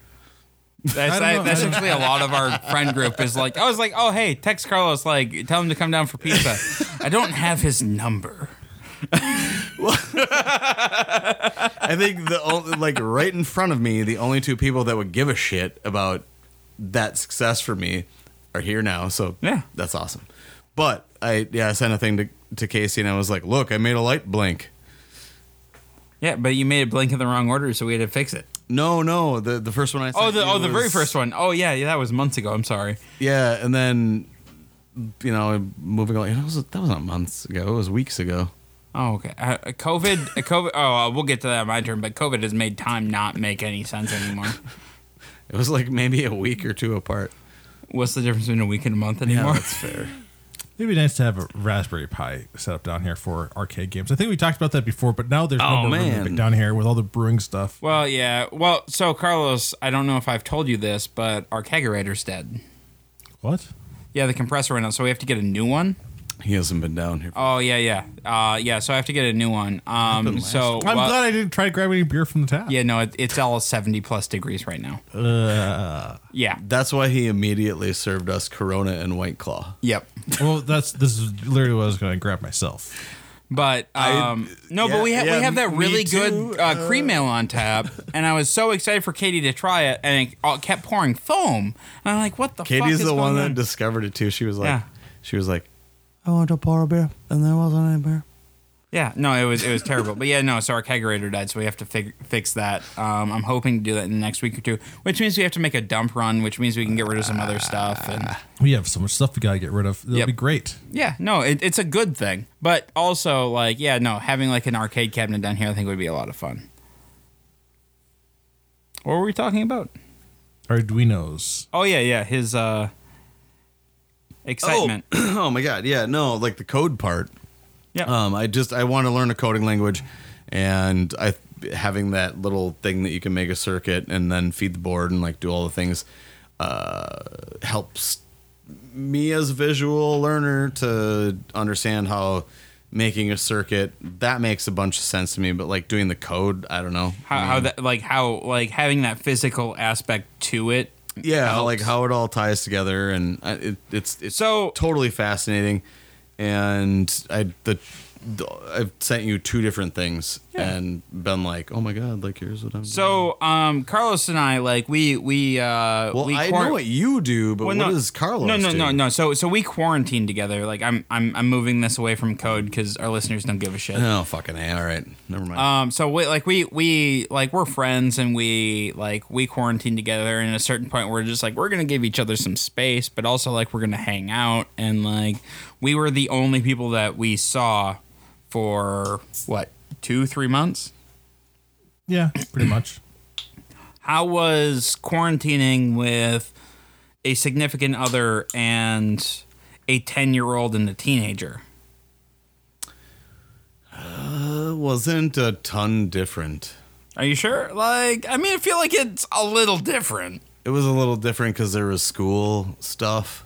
[SPEAKER 1] That's,
[SPEAKER 2] don't know.
[SPEAKER 1] that's actually a lot of our friend group is like, I was like, oh hey, text Carlos, like tell him to come down for pizza. I don't have his number.
[SPEAKER 3] I think the only, like right in front of me, the only two people that would give a shit about that success for me are here now. So
[SPEAKER 1] Yeah.
[SPEAKER 3] that's awesome. But I yeah, I sent a thing to, to Casey and I was like, look, I made a light blink.
[SPEAKER 1] Yeah, but you made it blink in the wrong order, so we had to fix it.
[SPEAKER 3] No, no, the the first one I sent
[SPEAKER 1] Oh, the
[SPEAKER 3] you
[SPEAKER 1] oh the very
[SPEAKER 3] was-
[SPEAKER 1] first one. Oh yeah, yeah, that was months ago. I'm sorry.
[SPEAKER 3] Yeah, and then you know, moving on. It was, that was not months ago. It was weeks ago.
[SPEAKER 1] Oh okay. Uh, COVID, uh, COVID. Oh, uh, we'll get to that in my turn. But COVID has made time not make any sense anymore.
[SPEAKER 3] It was like maybe a week or two apart.
[SPEAKER 1] What's the difference between a week and a month anymore?
[SPEAKER 3] that's fair.
[SPEAKER 2] It'd be nice to have a Raspberry Pi set up down here for arcade games. I think we talked about that before, but now there's
[SPEAKER 3] Oh,
[SPEAKER 2] no more room
[SPEAKER 3] man.
[SPEAKER 2] to- down here with all the brewing stuff.
[SPEAKER 1] Well, yeah. Well, so Carlos, I don't know if I've told you this, but our kegerator's dead.
[SPEAKER 2] What?
[SPEAKER 1] Yeah, the compressor went out, so we have to get a new one.
[SPEAKER 3] He hasn't been down here.
[SPEAKER 1] Oh yeah, yeah, uh, yeah. So I have to get a new one. Um, so
[SPEAKER 2] I'm
[SPEAKER 1] well-
[SPEAKER 2] glad I didn't try to grab any beer from the tap.
[SPEAKER 1] Yeah, no, it, it's all seventy plus degrees right now.
[SPEAKER 2] Uh,
[SPEAKER 1] Yeah.
[SPEAKER 3] That's why he immediately served us Corona and White Claw.
[SPEAKER 1] Yep.
[SPEAKER 2] Well, that's this is literally what I was going to grab myself.
[SPEAKER 1] But um, no,
[SPEAKER 3] yeah,
[SPEAKER 1] but we have
[SPEAKER 3] yeah,
[SPEAKER 1] we have that
[SPEAKER 3] me
[SPEAKER 1] really
[SPEAKER 3] too,
[SPEAKER 1] good uh, cream ale on tap, and I was so excited for Katie to try it, and it all kept pouring foam, and I'm like, what the? fuck
[SPEAKER 3] Katie's
[SPEAKER 1] is
[SPEAKER 3] the
[SPEAKER 1] going
[SPEAKER 3] one
[SPEAKER 1] on?
[SPEAKER 3] that discovered it too. She was like,
[SPEAKER 1] Yeah.
[SPEAKER 3] she was like, I wanted to pour a beer, and there wasn't any beer.
[SPEAKER 1] Yeah, no, it was it was terrible. But yeah, no, so our kegerator died, so we have to fig- fix that. Um, I'm hoping to do that in the next week or two, which means we have to make a dump run, which means we can get rid of some other stuff. And
[SPEAKER 3] Ah.
[SPEAKER 2] We have so much stuff we got to get rid of. It'll
[SPEAKER 1] Yep.
[SPEAKER 2] be great.
[SPEAKER 1] yeah, no, it, it's a good thing. But also, like, yeah, no, having like an arcade cabinet down here, I think would be a lot of fun. What were we talking about?
[SPEAKER 2] Arduinos.
[SPEAKER 1] Oh yeah, yeah, his uh, excitement.
[SPEAKER 3] oh my god, yeah, no, like the code part.
[SPEAKER 1] Yeah,
[SPEAKER 3] Um, I just I want to learn a coding language, and I having that little thing that you can make a circuit and then feed the board and like do all the things uh, helps me as a visual learner to understand how making a circuit that makes a bunch of sense to me. But like doing the code, I don't know.
[SPEAKER 1] how, how that like how like having that physical aspect to it.
[SPEAKER 3] yeah
[SPEAKER 1] helps.
[SPEAKER 3] like how it all ties together and I- it, it's it's
[SPEAKER 1] So-
[SPEAKER 3] totally fascinating and i the, the i've sent you two different things and been like oh my god like here's what i'm
[SPEAKER 1] So, um, Carlos and I, like, we we uh,
[SPEAKER 3] doing. Mm-hmm.
[SPEAKER 1] we
[SPEAKER 3] well i
[SPEAKER 1] quar-
[SPEAKER 3] know what you do but
[SPEAKER 1] Well,
[SPEAKER 3] what does carlos
[SPEAKER 1] No, no,
[SPEAKER 3] do?
[SPEAKER 1] no, no. So, so we quarantined together. Like, I'm I'm I'm moving this away from code because our listeners don't give a shit.
[SPEAKER 3] oh fucking a all right never mind
[SPEAKER 1] Um, so we like we we like we're friends and we like we quarantine together and at a certain point we're just like we're gonna give each other some space, but also like we're gonna hang out and like we were the only people that we saw for what, two, three months?
[SPEAKER 2] Yeah, pretty much.
[SPEAKER 1] How was quarantining with a significant other and a ten year old and a teenager?
[SPEAKER 3] it wasn't a ton different
[SPEAKER 1] Are you sure? Like I mean I feel like it's a little different.
[SPEAKER 3] it was a little different because there was school stuff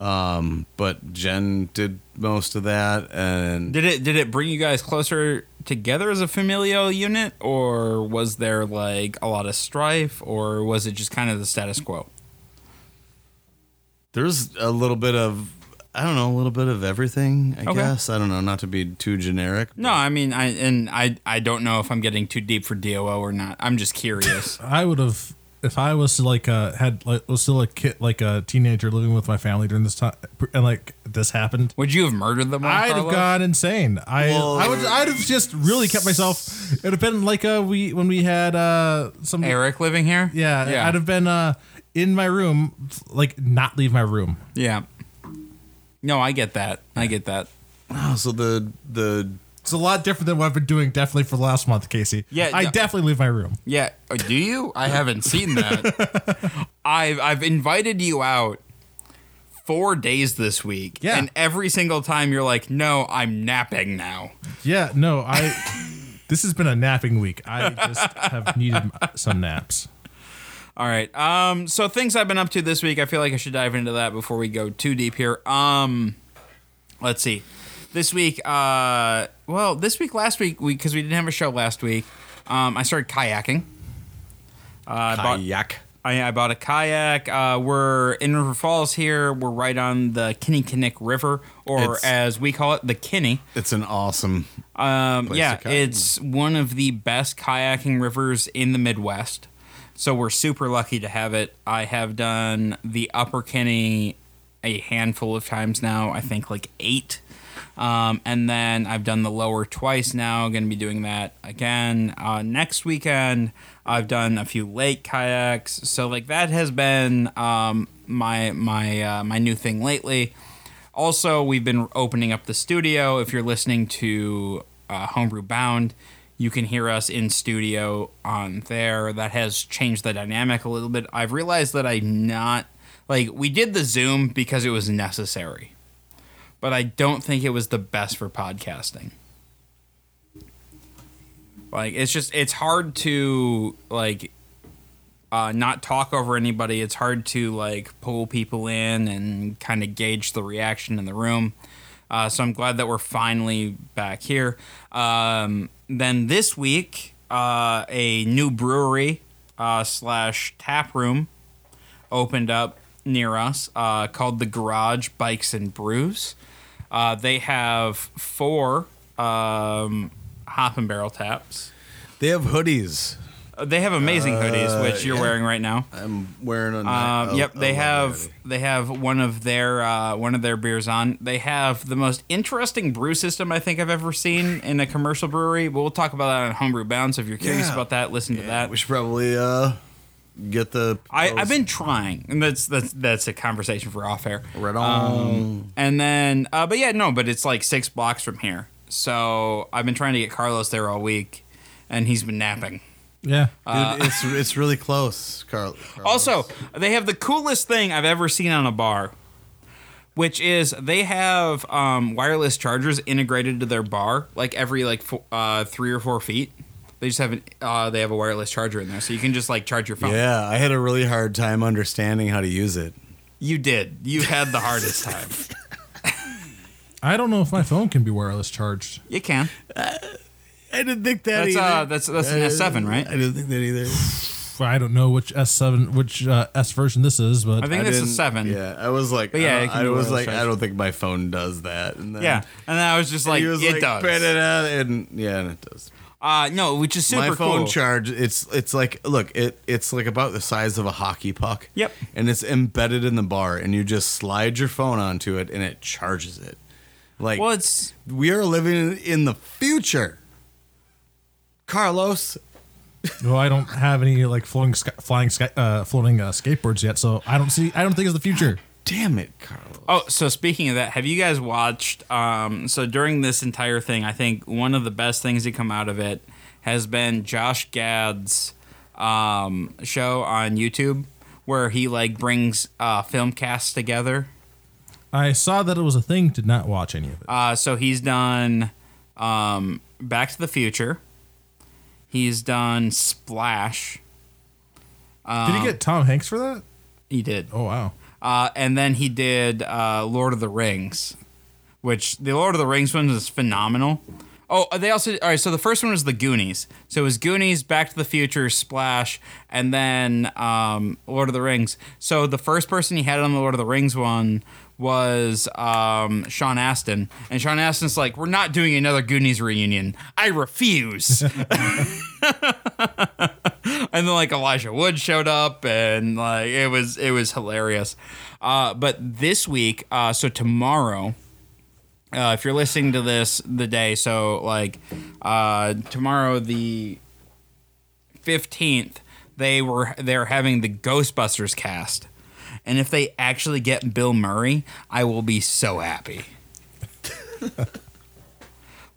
[SPEAKER 3] um but jen did most of that and
[SPEAKER 1] Did it did it bring you guys closer together as a familial unit, or was there like a lot of strife, or was it just kind of the status quo?
[SPEAKER 3] there's a little bit of I don't know, a little bit of everything, I
[SPEAKER 1] Okay.
[SPEAKER 3] guess. I don't know, not to be too generic.
[SPEAKER 1] No, I mean, I and I I don't know if I'm getting too deep for DOO or not. I'm just curious.
[SPEAKER 2] I would have if I was like uh had like was still a kid like a teenager living with my family during this time and like this happened.
[SPEAKER 1] Would you have murdered them? all,
[SPEAKER 2] I'd have
[SPEAKER 1] Carlos?
[SPEAKER 2] gone insane. I
[SPEAKER 3] Well-
[SPEAKER 2] I would I'd have just really kept myself. It'd have been like uh we when we had uh some
[SPEAKER 1] Eric living here.
[SPEAKER 2] Yeah,
[SPEAKER 1] yeah,
[SPEAKER 2] I'd have been uh in my room, like not leave my room.
[SPEAKER 1] yeah. No, I get that. I get that.
[SPEAKER 3] Oh, so the the
[SPEAKER 2] It's a lot different than what I've been doing definitely for the last month, Casey.
[SPEAKER 1] Yeah,
[SPEAKER 2] I
[SPEAKER 1] no.
[SPEAKER 2] definitely leave my room.
[SPEAKER 1] Yeah. Oh, Do you? I haven't seen that. I've I've invited you out four days this week.
[SPEAKER 2] Yeah.
[SPEAKER 1] And every single time you're like, no, I'm napping now.
[SPEAKER 2] Yeah, no, I. this has been a napping week. I just have needed some naps.
[SPEAKER 1] All right. Um, so things I've been up to this week, I feel like I should dive into that before we go too deep here. Um, let's see. This week, uh, well, this week, last week, we because we didn't have a show last week, um, I started kayaking. Uh, I bought-
[SPEAKER 3] kayak.
[SPEAKER 1] I, I bought a kayak. Uh, we're in River Falls here. We're right on the Kinnickinnick River, or
[SPEAKER 3] It's-
[SPEAKER 1] as we call it, the Kinney.
[SPEAKER 3] It's an awesome
[SPEAKER 1] Um,
[SPEAKER 3] place
[SPEAKER 1] yeah,
[SPEAKER 3] to kayak.
[SPEAKER 1] it's one of the best kayaking rivers in the Midwest. So we're super lucky to have it. I have done the Upper Kinney a handful of times now. I think like eight. Um, and then I've done the lower twice now. Going to be doing that again uh, next weekend. I've done a few lake kayaks. So like that has been um, my my uh, my new thing lately. Also, we've been opening up the studio. If you're listening to uh, Homebrew Bound, you can hear us in studio on there. That has changed the dynamic a little bit. I've realized that I'm not like we did the Zoom because it was necessary, but I don't think it was the best for podcasting. Like it's just it's hard to like uh, not talk over anybody. It's hard to like pull people in and kind of gauge the reaction in the room. Uh, so I'm glad that we're finally back here. Um, then this week, uh, a new brewery uh, slash tap room opened up near us uh, called the Garage Bikes and Brews. Uh, they have four um, hop and barrel taps.
[SPEAKER 3] They have hoodies.
[SPEAKER 1] Uh, They have amazing hoodies, which you're
[SPEAKER 3] yeah.
[SPEAKER 1] wearing right now.
[SPEAKER 3] I'm wearing a.
[SPEAKER 1] Um,
[SPEAKER 3] a-
[SPEAKER 1] yep,
[SPEAKER 3] a
[SPEAKER 1] they
[SPEAKER 3] leather
[SPEAKER 1] have
[SPEAKER 3] hoodie.
[SPEAKER 1] they have one of their uh, one of their beers on. They have the most interesting brew system I think I've ever seen in a commercial brewery. But we'll talk about that on Homebrew Bound. So if you're curious
[SPEAKER 3] Yeah.
[SPEAKER 1] about that, listen to that.
[SPEAKER 3] We should probably uh get the.
[SPEAKER 1] I, I've
[SPEAKER 3] those
[SPEAKER 1] been trying, and that's that's that's a conversation for off air.
[SPEAKER 3] right
[SPEAKER 1] Um,
[SPEAKER 3] on.
[SPEAKER 1] And then, uh, but yeah, no, but it's like six blocks from here. So I've been trying to get Carlos there all week, and he's been napping.
[SPEAKER 2] Yeah.
[SPEAKER 3] Dude, it's it's really close, Carl. Carlos.
[SPEAKER 1] uh, Also, they have the coolest thing I've ever seen on a bar, which is they have um, wireless chargers integrated to their bar, like every like fo- uh, three or four feet. They just have an, uh, they have a wireless charger in there, so you can just like charge your phone.
[SPEAKER 3] yeah, I had a really hard time understanding how to use it.
[SPEAKER 1] You did. You had the hardest time.
[SPEAKER 2] I don't know if my phone can be wireless charged.
[SPEAKER 1] You can.
[SPEAKER 3] I didn't think that
[SPEAKER 1] That's
[SPEAKER 3] either.
[SPEAKER 1] uh, that's that's an S seven, right?
[SPEAKER 3] I didn't think that either.
[SPEAKER 2] I don't know which S7, which uh, S version this is, but
[SPEAKER 1] I think it's a
[SPEAKER 3] didn't-
[SPEAKER 1] seven. Yeah.
[SPEAKER 3] Yeah, I was like,
[SPEAKER 1] yeah,
[SPEAKER 3] I,
[SPEAKER 1] it
[SPEAKER 3] don't-
[SPEAKER 1] can
[SPEAKER 3] I
[SPEAKER 1] be
[SPEAKER 3] was
[SPEAKER 1] wireless
[SPEAKER 3] like,
[SPEAKER 1] charged.
[SPEAKER 3] I don't think my phone does that. And then
[SPEAKER 1] And then I was just
[SPEAKER 3] he
[SPEAKER 1] like,
[SPEAKER 3] was
[SPEAKER 1] it
[SPEAKER 3] like, "Bit
[SPEAKER 1] does.
[SPEAKER 3] it out," and yeah, and it does.
[SPEAKER 1] Uh, no, which is super
[SPEAKER 3] my phone
[SPEAKER 1] cool.
[SPEAKER 3] charge, it's it's like look, it it's like about the size of a hockey puck.
[SPEAKER 1] Yep.
[SPEAKER 3] And it's embedded in the bar, and you just slide your phone onto it, and it charges it. Like
[SPEAKER 1] well, it's
[SPEAKER 3] we are living in the future, Carlos.
[SPEAKER 2] Well, I don't have any like floating sky, flying sky, uh, floating uh, skateboards yet, so I don't see. I don't think it's the future.
[SPEAKER 3] Damn it, Carlos.
[SPEAKER 1] Oh, so speaking of that, have you guys watched? Um, so during this entire thing, I think one of the best things to come out of it has been Josh Gad's um, show on YouTube, where he like brings uh, film casts together.
[SPEAKER 2] I saw that it was a thing. Did not watch any of it.
[SPEAKER 1] Uh, so he's done um, Back to the Future. He's done Splash.
[SPEAKER 2] did
[SPEAKER 1] Um,
[SPEAKER 2] he get Tom Hanks for that?
[SPEAKER 1] He did.
[SPEAKER 2] Oh wow.
[SPEAKER 1] Uh, and then he did uh, Lord of the Rings, which the Lord of the Rings one is phenomenal. Oh, they also all right. So the first one was the Goonies. So it was Goonies, Back to the Future, Splash, and then um, Lord of the Rings. So the first person he had on the Lord of the Rings one was um, Sean Astin, and Sean Astin's like, "We're not doing another Goonies reunion. I refuse." and then like Elijah Wood showed up, and like it was it was hilarious. Uh, but this week, uh, so tomorrow, uh, if you're listening to this the day, so like uh, tomorrow the fifteenth, they were they're having the Ghostbusters cast, and if they actually get Bill Murray, I will be so happy.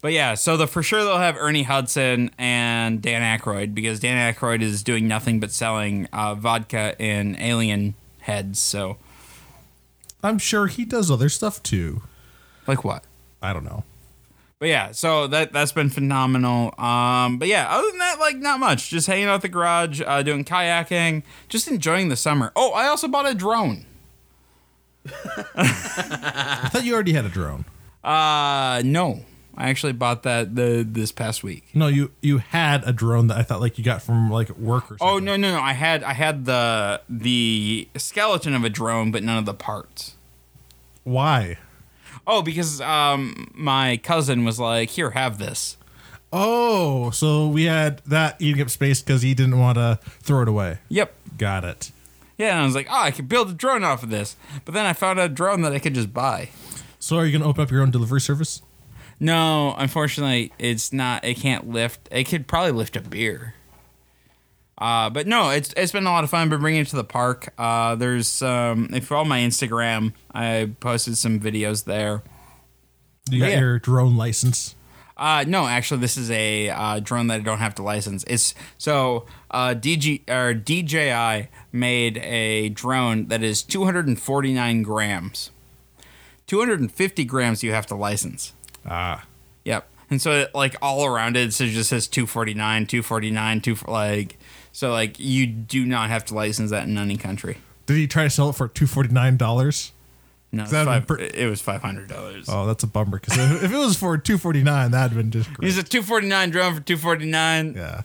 [SPEAKER 1] But yeah, so the for sure they'll have Ernie Hudson and Dan Aykroyd because Dan Aykroyd is doing nothing but selling uh, vodka in alien heads. So
[SPEAKER 2] I'm sure he does other stuff too.
[SPEAKER 1] like what?
[SPEAKER 2] I don't know.
[SPEAKER 1] But yeah, so that that's been phenomenal. Um, but yeah, other than that, like not much. Just hanging out at the garage, uh, doing kayaking, just enjoying the summer. Oh, I also bought a drone.
[SPEAKER 2] I thought you already had a drone.
[SPEAKER 1] Uh, no, I actually bought that the this past week.
[SPEAKER 2] No, you you had a drone that I thought like you got from like work or something.
[SPEAKER 1] Oh no no no! I had I had the the skeleton of a drone, but none of the parts.
[SPEAKER 2] Why?
[SPEAKER 1] Oh, because um, my cousin was like, "Here, have this."
[SPEAKER 2] Oh, so we had that eating up space because he didn't want to throw it away.
[SPEAKER 1] Yep.
[SPEAKER 2] Got it.
[SPEAKER 1] Yeah, and I was like, oh, I could build a drone off of this. But then I found a drone that I could just buy.
[SPEAKER 2] So are you gonna open up your own delivery service?
[SPEAKER 1] No, unfortunately, it's not. It can't lift. It could probably lift a beer. Uh, but no, it's it's been a lot of fun. Been bringing it to the park. Uh, there's um, if you follow my Instagram, I posted some videos there.
[SPEAKER 2] You got
[SPEAKER 1] Yeah.
[SPEAKER 2] your drone license.
[SPEAKER 1] Uh, no, actually, this is a uh, drone that I don't have to license. It's so uh, DG or DJI made a drone that is 249 grams. 250 grams you have to license.
[SPEAKER 2] Ah,
[SPEAKER 1] Yep. And so it, like all around it, so it just says 249, 249, two like so like you do not have to license that in any country.
[SPEAKER 2] did he try to sell it for two forty nine dollars?
[SPEAKER 1] No, it's
[SPEAKER 2] That'd
[SPEAKER 1] five,
[SPEAKER 2] be
[SPEAKER 1] it was five hundred dollars.
[SPEAKER 2] Oh, that's a bummer. Because if if it was for two forty nine, that'd been just great.
[SPEAKER 1] He's a 249 drone for 249.
[SPEAKER 2] Yeah.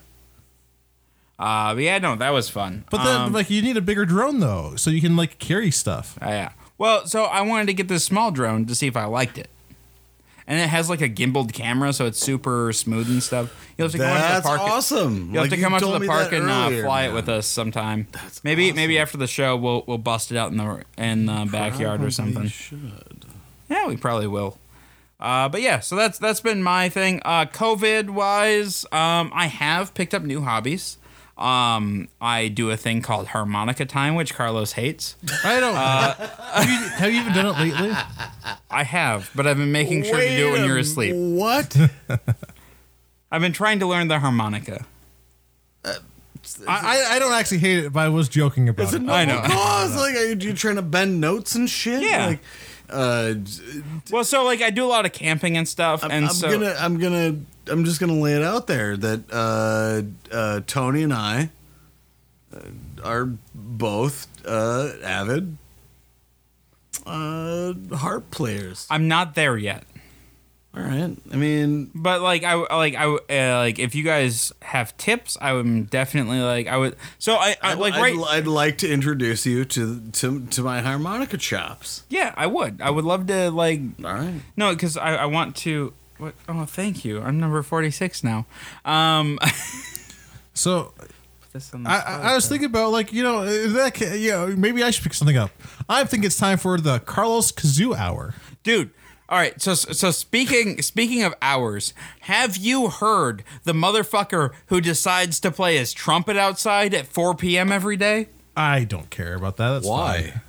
[SPEAKER 1] Uh, but yeah, no, that was fun. Um,
[SPEAKER 2] But then, like, you need a bigger drone though, so you can like carry stuff.
[SPEAKER 1] Uh, yeah. Well, so I wanted to get this small drone to see if I liked it. And it has like a gimbaled camera, so it's super smooth and stuff. You'll have to come out to the
[SPEAKER 3] That's
[SPEAKER 1] park.
[SPEAKER 3] awesome.
[SPEAKER 1] You'll
[SPEAKER 3] Like,
[SPEAKER 1] have to
[SPEAKER 3] you
[SPEAKER 1] come out
[SPEAKER 3] told
[SPEAKER 1] to the
[SPEAKER 3] me
[SPEAKER 1] park
[SPEAKER 3] that
[SPEAKER 1] and uh,
[SPEAKER 3] earlier,
[SPEAKER 1] fly it
[SPEAKER 3] man.
[SPEAKER 1] with us sometime. maybe maybe after the show we'll we'll bust it out in the in the backyard or something. Yeah, we probably will. Uh, but yeah, so that's that's been my thing. Uh, COVID wise, um, I have picked up new hobbies. Um, I do a thing called harmonica time, which Carlos hates.
[SPEAKER 2] I don't.
[SPEAKER 1] Uh,
[SPEAKER 2] have, you, have you even done it lately?
[SPEAKER 1] I have, but I've been making sure to do it when you're asleep.
[SPEAKER 3] What?
[SPEAKER 1] I've been trying to learn the harmonica.
[SPEAKER 2] I, I, I don't actually hate it, but I was joking about
[SPEAKER 3] It's a
[SPEAKER 2] it.
[SPEAKER 3] noble
[SPEAKER 1] I know.
[SPEAKER 3] cause. Like, are you, you trying to bend notes and shit?
[SPEAKER 1] Yeah.
[SPEAKER 3] Like, uh,
[SPEAKER 1] Well, so like I do a lot of camping and stuff, and
[SPEAKER 3] I'm
[SPEAKER 1] so
[SPEAKER 3] gonna, I'm gonna, I'm just gonna lay it out there that uh, uh, Tony and I uh, are both uh, avid uh, harp players.
[SPEAKER 1] I'm not there yet.
[SPEAKER 3] All right. I mean,
[SPEAKER 1] But like I like I uh, like if you guys have tips, I would definitely like I would. So I, I Uh, like
[SPEAKER 3] I'd,
[SPEAKER 1] right.
[SPEAKER 3] I'd like to introduce you to to to my harmonica chops.
[SPEAKER 1] Yeah, I would. I would love to like
[SPEAKER 3] All right.
[SPEAKER 1] no, because I I want to. What? Oh, thank you. I'm number forty six now. Um,
[SPEAKER 2] So
[SPEAKER 1] this on the
[SPEAKER 2] I, I,
[SPEAKER 1] spot.
[SPEAKER 2] I was thinking about like you know if that ca you know maybe I should pick something up. I think it's time for the Carlos Kazoo Hour.
[SPEAKER 1] dude. All right, so so speaking speaking of hours, have you heard the motherfucker who decides to play his trumpet outside at 4 p.m. every day?
[SPEAKER 2] I don't care about that. That's fine.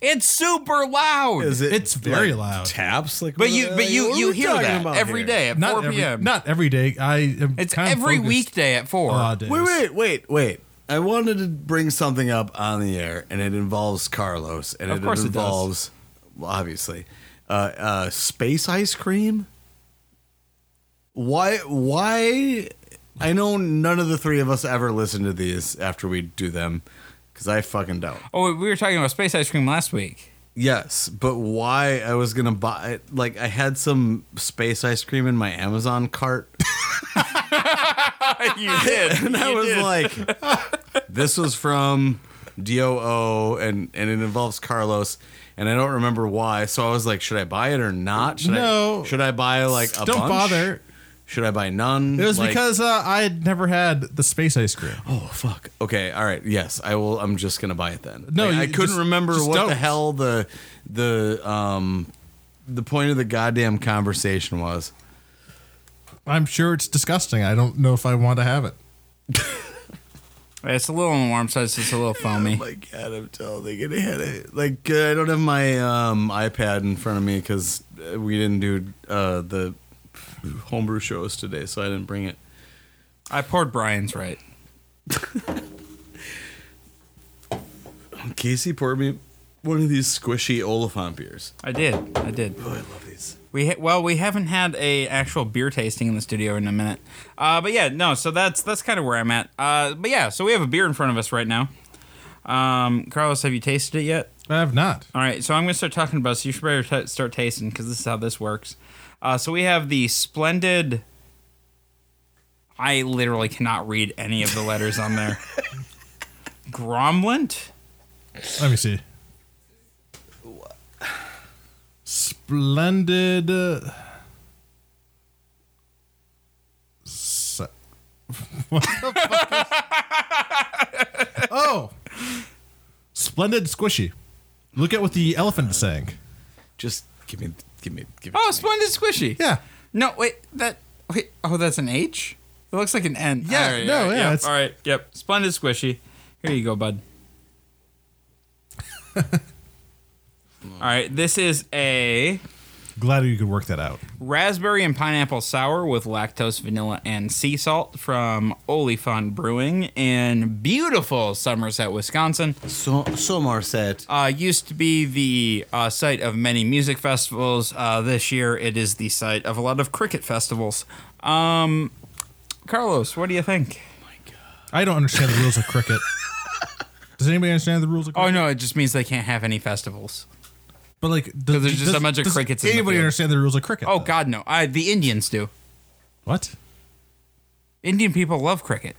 [SPEAKER 1] It's super loud.
[SPEAKER 3] it?
[SPEAKER 2] It's very loud.
[SPEAKER 3] Taps like.
[SPEAKER 1] but
[SPEAKER 3] what
[SPEAKER 1] you
[SPEAKER 3] the-
[SPEAKER 1] but you
[SPEAKER 3] what are
[SPEAKER 1] you
[SPEAKER 3] we
[SPEAKER 1] hear
[SPEAKER 3] talking
[SPEAKER 1] that
[SPEAKER 3] about
[SPEAKER 1] every
[SPEAKER 3] here?
[SPEAKER 1] day at
[SPEAKER 2] Not
[SPEAKER 1] 4
[SPEAKER 2] every
[SPEAKER 1] p.m.
[SPEAKER 2] not every day. I am
[SPEAKER 1] it's
[SPEAKER 2] kind of
[SPEAKER 1] every
[SPEAKER 2] focused
[SPEAKER 1] weekday at 4.
[SPEAKER 2] on days.
[SPEAKER 3] Wait, wait, wait, wait. I wanted to bring something up on the air, and it involves Carlos, and
[SPEAKER 1] Of
[SPEAKER 3] it
[SPEAKER 1] course it does.
[SPEAKER 3] involves, well, obviously, uh, uh, space ice cream. Why? Why? I know none of the three of us ever listen to these after we do them, because I fucking don't.
[SPEAKER 1] Oh, we were talking about space ice cream last week.
[SPEAKER 3] Yes, but why I was gonna buy like I had some space ice cream in my Amazon cart,
[SPEAKER 1] you did.
[SPEAKER 3] and I was like, "This was from DOO, and and it involves Carlos, and I don't remember why." So I was like, "Should I buy it or not? Should
[SPEAKER 2] No.
[SPEAKER 3] I, should I buy like a
[SPEAKER 2] Don't
[SPEAKER 3] bunch?
[SPEAKER 2] bother.
[SPEAKER 3] Should I buy none?
[SPEAKER 2] It was
[SPEAKER 3] Like-
[SPEAKER 2] because uh, I had never had the space ice cream.
[SPEAKER 3] oh fuck. Okay, all right. Yes, I will. I'm just gonna buy it then.
[SPEAKER 2] No,
[SPEAKER 3] Like,
[SPEAKER 2] you
[SPEAKER 3] I couldn't
[SPEAKER 2] just-
[SPEAKER 3] remember
[SPEAKER 2] just
[SPEAKER 3] what the
[SPEAKER 2] don't.
[SPEAKER 3] hell the the um the point of the goddamn conversation was.
[SPEAKER 2] I'm sure it's disgusting. I don't know if I want to have it.
[SPEAKER 1] It's a little on the warm side, so it's a little foamy.
[SPEAKER 3] Oh my god, I'm totally gonna hit it. Like uh, I don't have my um, iPad in front of me because we didn't do uh, the homebrew shows today, so I didn't bring it.
[SPEAKER 1] I poured Brian's right.
[SPEAKER 3] Casey poured me one of these squishy Oliphant beers.
[SPEAKER 1] I did. I did.
[SPEAKER 3] Oh, I love these.
[SPEAKER 1] We ha- well, we haven't had a actual beer tasting in the studio in a minute, uh, but yeah, no. So that's that's kind of where I'm at. Uh, but yeah, so we have a beer in front of us right now. Um, Carlos, have you tasted it yet?
[SPEAKER 2] I have not.
[SPEAKER 1] All right, so I'm gonna start talking about. So you should better t- start tasting because this is how this works. Uh, so we have the splendid. I literally cannot read any of the letters on there. Gromlint.
[SPEAKER 2] Let me see. Splendid. Uh, s- what the fuck is- oh, splendid squishy. Look at what the elephant is saying.
[SPEAKER 3] Just give me, give me, give it
[SPEAKER 1] Oh,
[SPEAKER 3] to me.
[SPEAKER 1] Splendid Squishy.
[SPEAKER 2] Yeah.
[SPEAKER 1] No, wait, that wait. Oh, that's an H. It looks like an N.
[SPEAKER 2] Yeah,
[SPEAKER 1] All right,
[SPEAKER 2] no,
[SPEAKER 1] all right,
[SPEAKER 2] yeah,
[SPEAKER 1] Yep,
[SPEAKER 2] it's-
[SPEAKER 1] all right. Yep. Splendid Squishy. Here you go, bud. all right. This is a
[SPEAKER 2] Glad you could work that out.
[SPEAKER 1] raspberry and pineapple sour with lactose, vanilla, and sea salt from Olifant Brewing in beautiful Somerset, Wisconsin.
[SPEAKER 3] So, so Marset.
[SPEAKER 1] Uh, used to be the uh, site of many music festivals. Uh, this year, it is the site of a lot of cricket festivals. Um, Carlos, what do you think?
[SPEAKER 2] I don't understand the rules of cricket. Does anybody understand the rules of cricket?
[SPEAKER 1] Oh no, it just means they can't have any festivals.
[SPEAKER 2] But like, does,
[SPEAKER 1] Oh, there's just
[SPEAKER 2] does-
[SPEAKER 1] a bunch of
[SPEAKER 2] does
[SPEAKER 1] crickets in the
[SPEAKER 2] Anybody
[SPEAKER 1] field.
[SPEAKER 2] understand the rules of cricket?
[SPEAKER 1] Oh
[SPEAKER 2] though?
[SPEAKER 1] God, no! I, the Indians do.
[SPEAKER 2] What?
[SPEAKER 1] Indian people love cricket.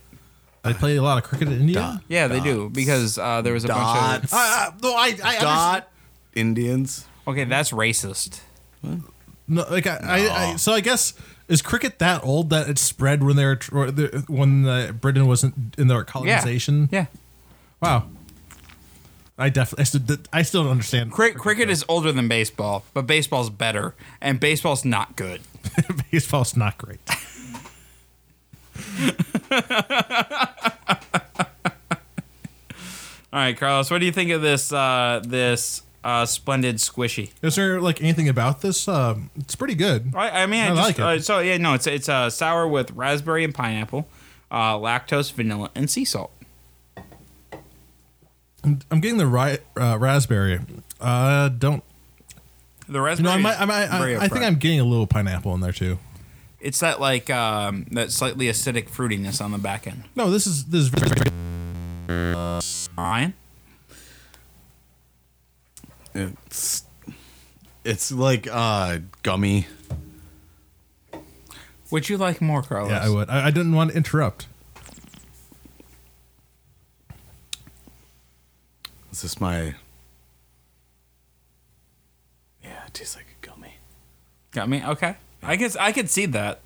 [SPEAKER 2] I play a lot of cricket in India.
[SPEAKER 1] Yeah, they do because uh, there was a bunch
[SPEAKER 3] Dots.
[SPEAKER 2] Uh, uh, no, I, I understand-
[SPEAKER 3] Dot. Indians.
[SPEAKER 1] of. Okay, that's racist.
[SPEAKER 2] No, like I, I, I, so I guess is cricket that old that it spread when they were tr- or the- when uh, Britain wasn't in their
[SPEAKER 1] Yeah.
[SPEAKER 2] colonization?
[SPEAKER 1] Yeah.
[SPEAKER 2] Wow. I definitely, I, st- I still don't understand
[SPEAKER 1] Cri- cricket is older than baseball, but baseball's better, and baseball's not good.
[SPEAKER 2] baseball's not great.
[SPEAKER 1] All right, Carlos, what do you think of this? Uh, this uh, splendid squishy.
[SPEAKER 2] Is there like anything about this? Um, it's pretty good.
[SPEAKER 1] I, I mean, I,
[SPEAKER 2] I like
[SPEAKER 1] just,
[SPEAKER 2] it.
[SPEAKER 1] Uh, so yeah, no, it's it's uh, sour with raspberry and pineapple, uh, lactose, vanilla, and sea salt.
[SPEAKER 2] I'm, I'm getting the ri- uh, raspberry. Uh, don't
[SPEAKER 1] The
[SPEAKER 2] you
[SPEAKER 1] raspberry.
[SPEAKER 2] know? I might, I might, I, I think I'm getting a little pineapple in there too.
[SPEAKER 1] It's that like um, that slightly acidic fruitiness on the back end.
[SPEAKER 2] No, this is this is very,
[SPEAKER 1] Ryan.
[SPEAKER 3] It's, it's like uh, gummy.
[SPEAKER 1] Would you like more, Carlos?
[SPEAKER 2] yeah. I would. I, I didn't want to interrupt.
[SPEAKER 3] Is this my? Yeah, it tastes like a gummy.
[SPEAKER 1] Got me. Okay. I guess I could see that.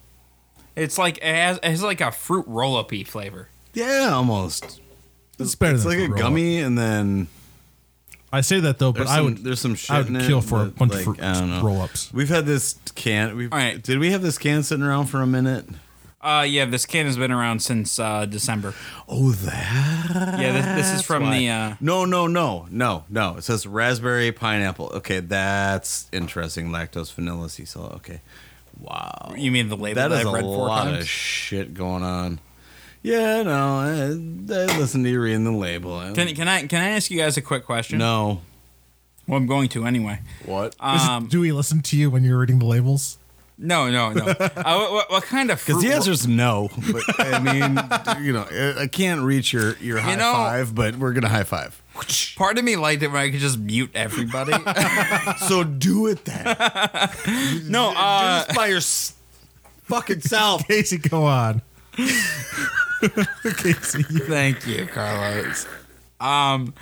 [SPEAKER 1] It's like it has, it has like a fruit roll up flavor.
[SPEAKER 3] Yeah, almost.
[SPEAKER 2] It's better
[SPEAKER 3] It's
[SPEAKER 2] than
[SPEAKER 3] like a
[SPEAKER 2] fruit roll-up.
[SPEAKER 3] gummy, and then
[SPEAKER 2] I say that though, but
[SPEAKER 3] there's
[SPEAKER 2] I
[SPEAKER 3] some,
[SPEAKER 2] would.
[SPEAKER 3] there's some shit.
[SPEAKER 2] I would
[SPEAKER 3] in it
[SPEAKER 2] kill for a
[SPEAKER 3] that,
[SPEAKER 2] bunch
[SPEAKER 3] like,
[SPEAKER 2] of fruit
[SPEAKER 3] I don't know.
[SPEAKER 2] roll-ups.
[SPEAKER 3] We've had this can. We've,
[SPEAKER 1] All right.
[SPEAKER 3] Did we have this can sitting around for a minute?
[SPEAKER 1] Uh, yeah, this can has been around since uh, December.
[SPEAKER 3] Oh, that.
[SPEAKER 1] Yeah, this, this is from the. Uh,
[SPEAKER 3] No, no, no, no, no. It says raspberry pineapple. Okay, that's interesting. Lactose vanilla sea salt. Okay, wow.
[SPEAKER 1] you mean the label
[SPEAKER 3] That
[SPEAKER 1] that,
[SPEAKER 3] is a
[SPEAKER 1] I've read four
[SPEAKER 3] lot
[SPEAKER 1] times?
[SPEAKER 3] of shit going on. Yeah, no. I, I listen to you reading the label. I-
[SPEAKER 1] Can, can I can I ask you guys a quick question?
[SPEAKER 3] no.
[SPEAKER 1] Well, I'm going to anyway.
[SPEAKER 3] What?
[SPEAKER 1] Uh,
[SPEAKER 2] Is it- do we listen to you when you're reading the labels?
[SPEAKER 1] No, no, no. uh, what- what, what kind of fruit?
[SPEAKER 3] Because the
[SPEAKER 1] ro-
[SPEAKER 3] answer's no. But I mean, you know, I- I can't reach your your high
[SPEAKER 1] know-
[SPEAKER 3] five, but we're gonna high five.
[SPEAKER 1] Part of me liked it when I could just mute everybody.
[SPEAKER 3] So do it then.
[SPEAKER 1] no, uh,
[SPEAKER 3] do this by your s- fucking self.
[SPEAKER 2] Casey, go on. Casey, you-
[SPEAKER 1] thank you, Carlos. Um,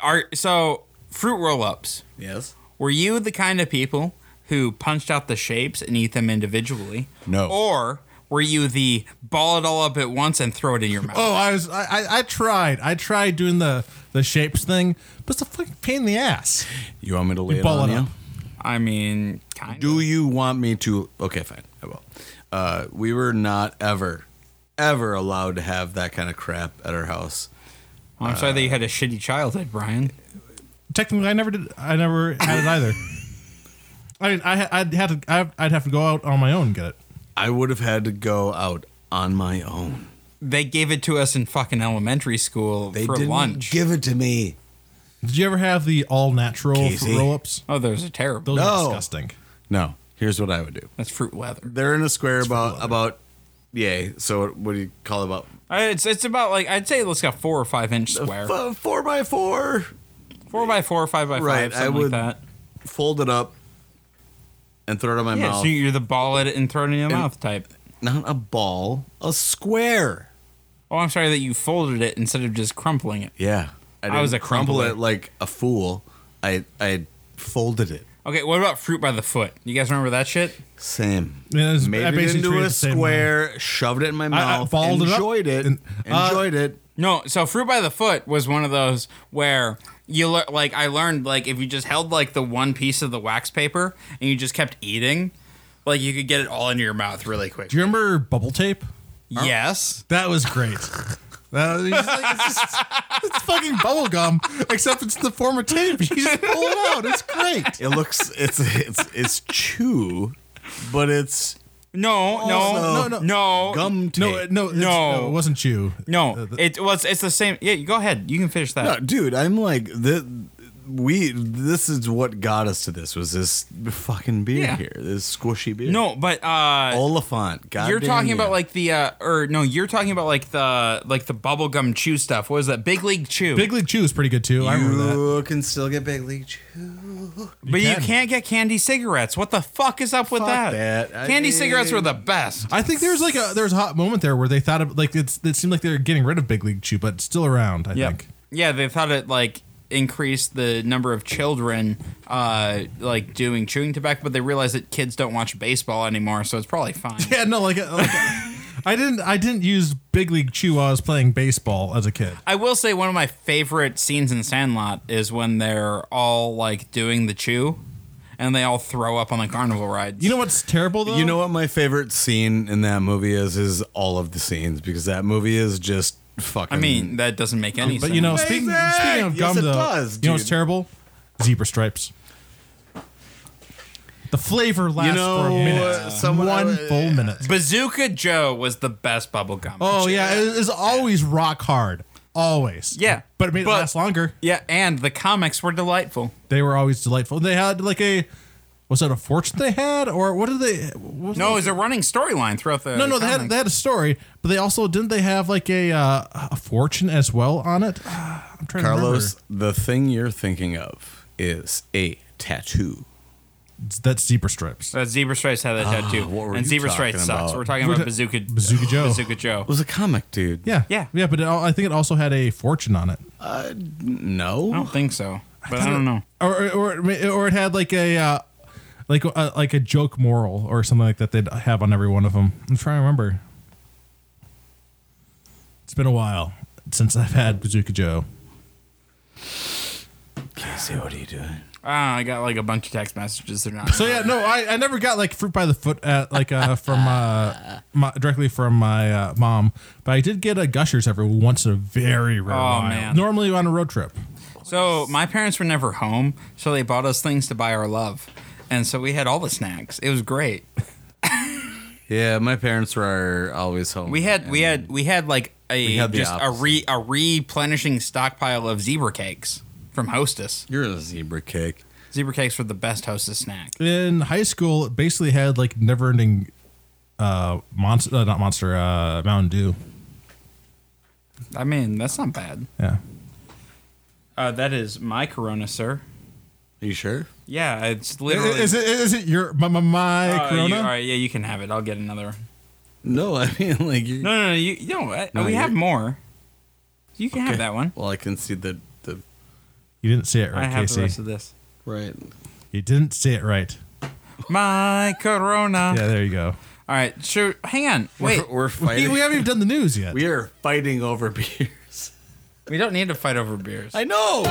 [SPEAKER 1] are so fruit roll-ups.
[SPEAKER 3] Yes.
[SPEAKER 1] Were you the kind of people who punched out the shapes and eat them individually?
[SPEAKER 3] No.
[SPEAKER 1] Or were you the ball it all up at once and throw it in your mouth?
[SPEAKER 2] oh, I was. I, I, I tried. I tried doing the the shapes thing, but it's a fucking pain in the ass.
[SPEAKER 3] You want me to lay it
[SPEAKER 2] Ball
[SPEAKER 3] on
[SPEAKER 2] it
[SPEAKER 3] you?
[SPEAKER 2] up.
[SPEAKER 1] I mean, kind of.
[SPEAKER 3] Do you want me to? Okay, fine. I will. Uh, we were not ever, ever allowed to have that kind of crap at our house.
[SPEAKER 1] I'm sorry that you had a shitty childhood, Brian.
[SPEAKER 2] Technically, I never did. I never had it either. I mean, I, I'd had to. I'd- I'd have to go out on my own and get it.
[SPEAKER 3] I would have had to go out on my own.
[SPEAKER 1] They gave it to us in fucking elementary school
[SPEAKER 3] They
[SPEAKER 1] for
[SPEAKER 3] didn't
[SPEAKER 1] lunch.
[SPEAKER 3] give it to me.
[SPEAKER 2] Did you ever have the all natural
[SPEAKER 3] Casey.
[SPEAKER 2] roll ups?
[SPEAKER 1] oh, those are terrible.
[SPEAKER 2] Those
[SPEAKER 3] No.
[SPEAKER 2] are disgusting.
[SPEAKER 3] No. Here's what I would do.
[SPEAKER 1] That's fruit leather.
[SPEAKER 3] They're in a square about about, yay. So what do you call it, about
[SPEAKER 1] Uh, It's it's about like I'd say let's go four or five inch square,
[SPEAKER 3] F- uh, four by four?
[SPEAKER 1] four by four, five by
[SPEAKER 3] Right,
[SPEAKER 1] five,
[SPEAKER 3] I
[SPEAKER 1] something
[SPEAKER 3] would-
[SPEAKER 1] like that.
[SPEAKER 3] Fold it up, and throw it in my
[SPEAKER 1] Yeah,
[SPEAKER 3] mouth.
[SPEAKER 1] so you're the ball at it and throw it in your mouth type.
[SPEAKER 3] not a ball, a square.
[SPEAKER 1] Oh, I'm sorry that you folded it instead of just crumpling it.
[SPEAKER 3] Yeah, I, didn't
[SPEAKER 1] was a
[SPEAKER 3] crumple
[SPEAKER 1] crumpler.
[SPEAKER 3] it like a fool. I I folded it.
[SPEAKER 1] Okay, what about fruit by the foot? You guys remember that shit?
[SPEAKER 3] Same.
[SPEAKER 2] Yeah, it's-
[SPEAKER 3] Made
[SPEAKER 2] I
[SPEAKER 3] it
[SPEAKER 2] basically
[SPEAKER 3] into
[SPEAKER 2] treated
[SPEAKER 3] a
[SPEAKER 2] the same way.
[SPEAKER 3] square, shoved it in my mouth,
[SPEAKER 2] folded it up
[SPEAKER 3] enjoyed it,
[SPEAKER 2] and- uh,
[SPEAKER 3] enjoyed it.
[SPEAKER 1] No, so fruit by the foot was one of those where you lear like I learned like if you just held like the one piece of the wax paper and you just kept eating, like you could get it all into your mouth really quick.
[SPEAKER 2] Do you remember bubble tape?
[SPEAKER 3] Oh.
[SPEAKER 1] Yes.
[SPEAKER 2] That was great. That was just like, it's, just, it's fucking bubble gum, except it's the form of tape. You just pull it out. It's great.
[SPEAKER 3] It looks it's it's it's chew, but it's
[SPEAKER 1] No, no,
[SPEAKER 2] Also-
[SPEAKER 1] no,
[SPEAKER 2] No, no.
[SPEAKER 1] no,
[SPEAKER 3] gum tape.
[SPEAKER 2] No, it- no, it's-
[SPEAKER 1] No.
[SPEAKER 2] no, it wasn't you.
[SPEAKER 1] no. It was. It's the same. Yeah, you go ahead. You can finish that.
[SPEAKER 3] No, dude, I'm like the we this is what got us to this was this fucking beer
[SPEAKER 1] Yeah.
[SPEAKER 3] here. This squishy beer.
[SPEAKER 1] No, but uh,
[SPEAKER 3] Oh, Oliphant. God
[SPEAKER 1] you're talking about like the uh, or no, you're talking about like the like the bubblegum chew stuff. What was that? Big League Chew.
[SPEAKER 2] Big League Chew is pretty good too. I remember that.
[SPEAKER 3] you can still get big league chew.
[SPEAKER 1] but you
[SPEAKER 2] can.
[SPEAKER 1] can't get candy cigarettes. What the fuck is up with
[SPEAKER 3] Fuck
[SPEAKER 1] that?
[SPEAKER 3] that. I
[SPEAKER 1] Candy
[SPEAKER 3] mean-
[SPEAKER 1] cigarettes were the best.
[SPEAKER 2] I think there was like a there was a hot moment there where they thought of, like it's, it seemed like they were getting rid of Big League Chew, but it's still around. I think.
[SPEAKER 1] Yeah, they thought it like increased the number of children uh like doing chewing tobacco, but they realized that kids don't watch baseball anymore, so it's probably fine.
[SPEAKER 2] Yeah, no, like, uh, like I didn't I didn't use Big League Chew while I was playing baseball as a kid.
[SPEAKER 1] I will say one of my favorite scenes in Sandlot is when they're all like doing the chew and they all throw up on the carnival rides.
[SPEAKER 2] You know what's terrible though?
[SPEAKER 3] You know what my favorite scene in that movie is is all of the scenes because that movie is just fucking
[SPEAKER 1] I mean, that doesn't make any sense.
[SPEAKER 2] but you know, speaking,
[SPEAKER 3] Amazing!
[SPEAKER 2] speaking of
[SPEAKER 3] Yes,
[SPEAKER 2] gum
[SPEAKER 3] it
[SPEAKER 2] though,
[SPEAKER 3] does,
[SPEAKER 2] you know what's
[SPEAKER 3] dude.
[SPEAKER 2] terrible? Zebra stripes. The flavor lasts for a
[SPEAKER 3] know,
[SPEAKER 2] minute,
[SPEAKER 3] uh, someone-
[SPEAKER 2] one
[SPEAKER 3] uh,
[SPEAKER 2] full minute.
[SPEAKER 1] Bazooka Joe was the best bubblegum.
[SPEAKER 2] Oh yeah, it is always rock hard, always.
[SPEAKER 1] Yeah,
[SPEAKER 2] but it made
[SPEAKER 1] but-
[SPEAKER 2] it last longer.
[SPEAKER 1] Yeah, and the comics were delightful.
[SPEAKER 2] They were always delightful. They had like a was that a fortune they had or what did they? What was
[SPEAKER 1] No, it was a running storyline throughout the
[SPEAKER 2] No, no, they
[SPEAKER 1] comics.
[SPEAKER 2] had, they had a story, but they also didn't they have like a uh, a fortune as well on it? I'm trying
[SPEAKER 3] Carlos,
[SPEAKER 2] to
[SPEAKER 3] the thing you're thinking of is a tattoo.
[SPEAKER 2] remember. That's zebra stripes.
[SPEAKER 1] Uh, zebra Stripes had that tattoo.
[SPEAKER 3] Ah, what were
[SPEAKER 1] and
[SPEAKER 3] you
[SPEAKER 1] Zebra
[SPEAKER 3] talking
[SPEAKER 1] Stripes sucks.
[SPEAKER 3] about?
[SPEAKER 1] We're talking
[SPEAKER 2] We're
[SPEAKER 1] about
[SPEAKER 2] ta-
[SPEAKER 1] Bazooka,
[SPEAKER 2] Bazooka Joe.
[SPEAKER 1] Bazooka Joe.
[SPEAKER 3] It was a comic, dude.
[SPEAKER 2] Yeah,
[SPEAKER 1] Yeah.
[SPEAKER 2] yeah, but it, al- I think it also had a fortune on it,
[SPEAKER 3] No.
[SPEAKER 1] I don't think so, but I, don't know.
[SPEAKER 2] or or or it- or it had like a. Uh, like a, like a joke moral or something like that they'd have on every one of them. I'm trying to remember. It's been a while since I've had Bazooka Joe.
[SPEAKER 3] Casey, what are you doing?
[SPEAKER 1] Ah, I got like a bunch of text messages. They're not.
[SPEAKER 2] So yeah, no, I, I never got like fruit by the foot at like uh from uh my, directly from my uh, mom, but I did get a gushers every once in a very rare
[SPEAKER 1] Oh,
[SPEAKER 2] while.
[SPEAKER 1] man.
[SPEAKER 2] Normally on a road trip.
[SPEAKER 1] So my parents were never home, so they bought us things to buy our love, and so we had all the snacks. It was great.
[SPEAKER 3] Yeah, my parents were always home.
[SPEAKER 1] We had we had we had like a
[SPEAKER 3] had the
[SPEAKER 1] just a re a replenishing stockpile of zebra cakes from Hostess.
[SPEAKER 3] You're a zebra cake.
[SPEAKER 1] Zebra cakes were the best Hostess snack.
[SPEAKER 2] In high school, it basically had like never ending uh monster uh, not monster uh Mountain Dew.
[SPEAKER 1] I mean, that's not bad.
[SPEAKER 2] Yeah.
[SPEAKER 1] Uh, that is my Corona, sir.
[SPEAKER 3] Are you sure?
[SPEAKER 1] Yeah, it's literally.
[SPEAKER 2] Is it is it your my my, my
[SPEAKER 1] Uh, you-
[SPEAKER 2] Corona?
[SPEAKER 1] all right, yeah, you can have it. I'll get another.
[SPEAKER 3] No, I mean like you.
[SPEAKER 1] No, no, no. You, you know, I-
[SPEAKER 3] No,
[SPEAKER 1] we
[SPEAKER 3] you're-
[SPEAKER 1] have more. You can have that one.
[SPEAKER 3] Well, I can see the the
[SPEAKER 2] You didn't say it
[SPEAKER 1] I
[SPEAKER 2] right,
[SPEAKER 1] have the
[SPEAKER 2] Casey.
[SPEAKER 1] rest of this.
[SPEAKER 3] right.
[SPEAKER 2] you didn't say it right.
[SPEAKER 1] My Corona.
[SPEAKER 2] Yeah, there you go.
[SPEAKER 1] All right, sure. Hang on. Wait,
[SPEAKER 3] we're, we're
[SPEAKER 2] Hey,
[SPEAKER 3] fighting.
[SPEAKER 2] we
[SPEAKER 3] We,
[SPEAKER 2] haven't even done the news yet.
[SPEAKER 3] are fighting over beers.
[SPEAKER 1] we don't need to fight over beers.
[SPEAKER 3] I know.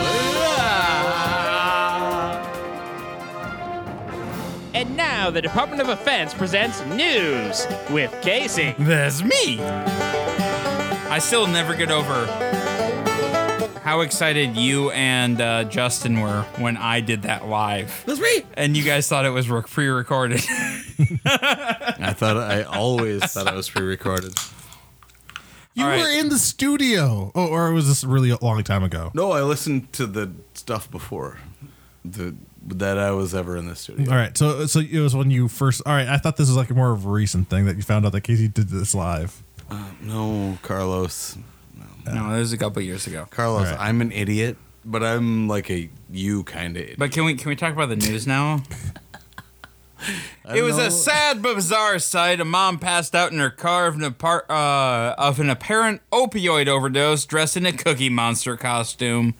[SPEAKER 4] And now the Department of Defense presents news with Casey.
[SPEAKER 1] That's me. I still never get over how excited you and uh, Justin were when I did that live,
[SPEAKER 3] That's me.
[SPEAKER 1] and you guys thought it was rec- pre-recorded.
[SPEAKER 3] I thought I always thought I was pre-recorded.
[SPEAKER 2] You
[SPEAKER 1] All right.
[SPEAKER 2] were in the studio, oh, or was this really a long time ago?
[SPEAKER 3] No, I listened to the stuff before the that I was ever in the studio.
[SPEAKER 2] All right, so so it was when you first. All right, I thought this was like more of a recent thing that you found out that Casey did this live.
[SPEAKER 3] No, Carlos.
[SPEAKER 1] no, it was a couple years ago.
[SPEAKER 3] Carlos,
[SPEAKER 2] All right.
[SPEAKER 3] I'm an idiot, but I'm like a you kind of idiot.
[SPEAKER 1] But can we can we talk about the news now?
[SPEAKER 3] I
[SPEAKER 1] It was
[SPEAKER 3] know-
[SPEAKER 1] a sad but bizarre sight. A mom passed out in her car of an, apart, uh, of an apparent opioid overdose dressed in a Cookie Monster costume.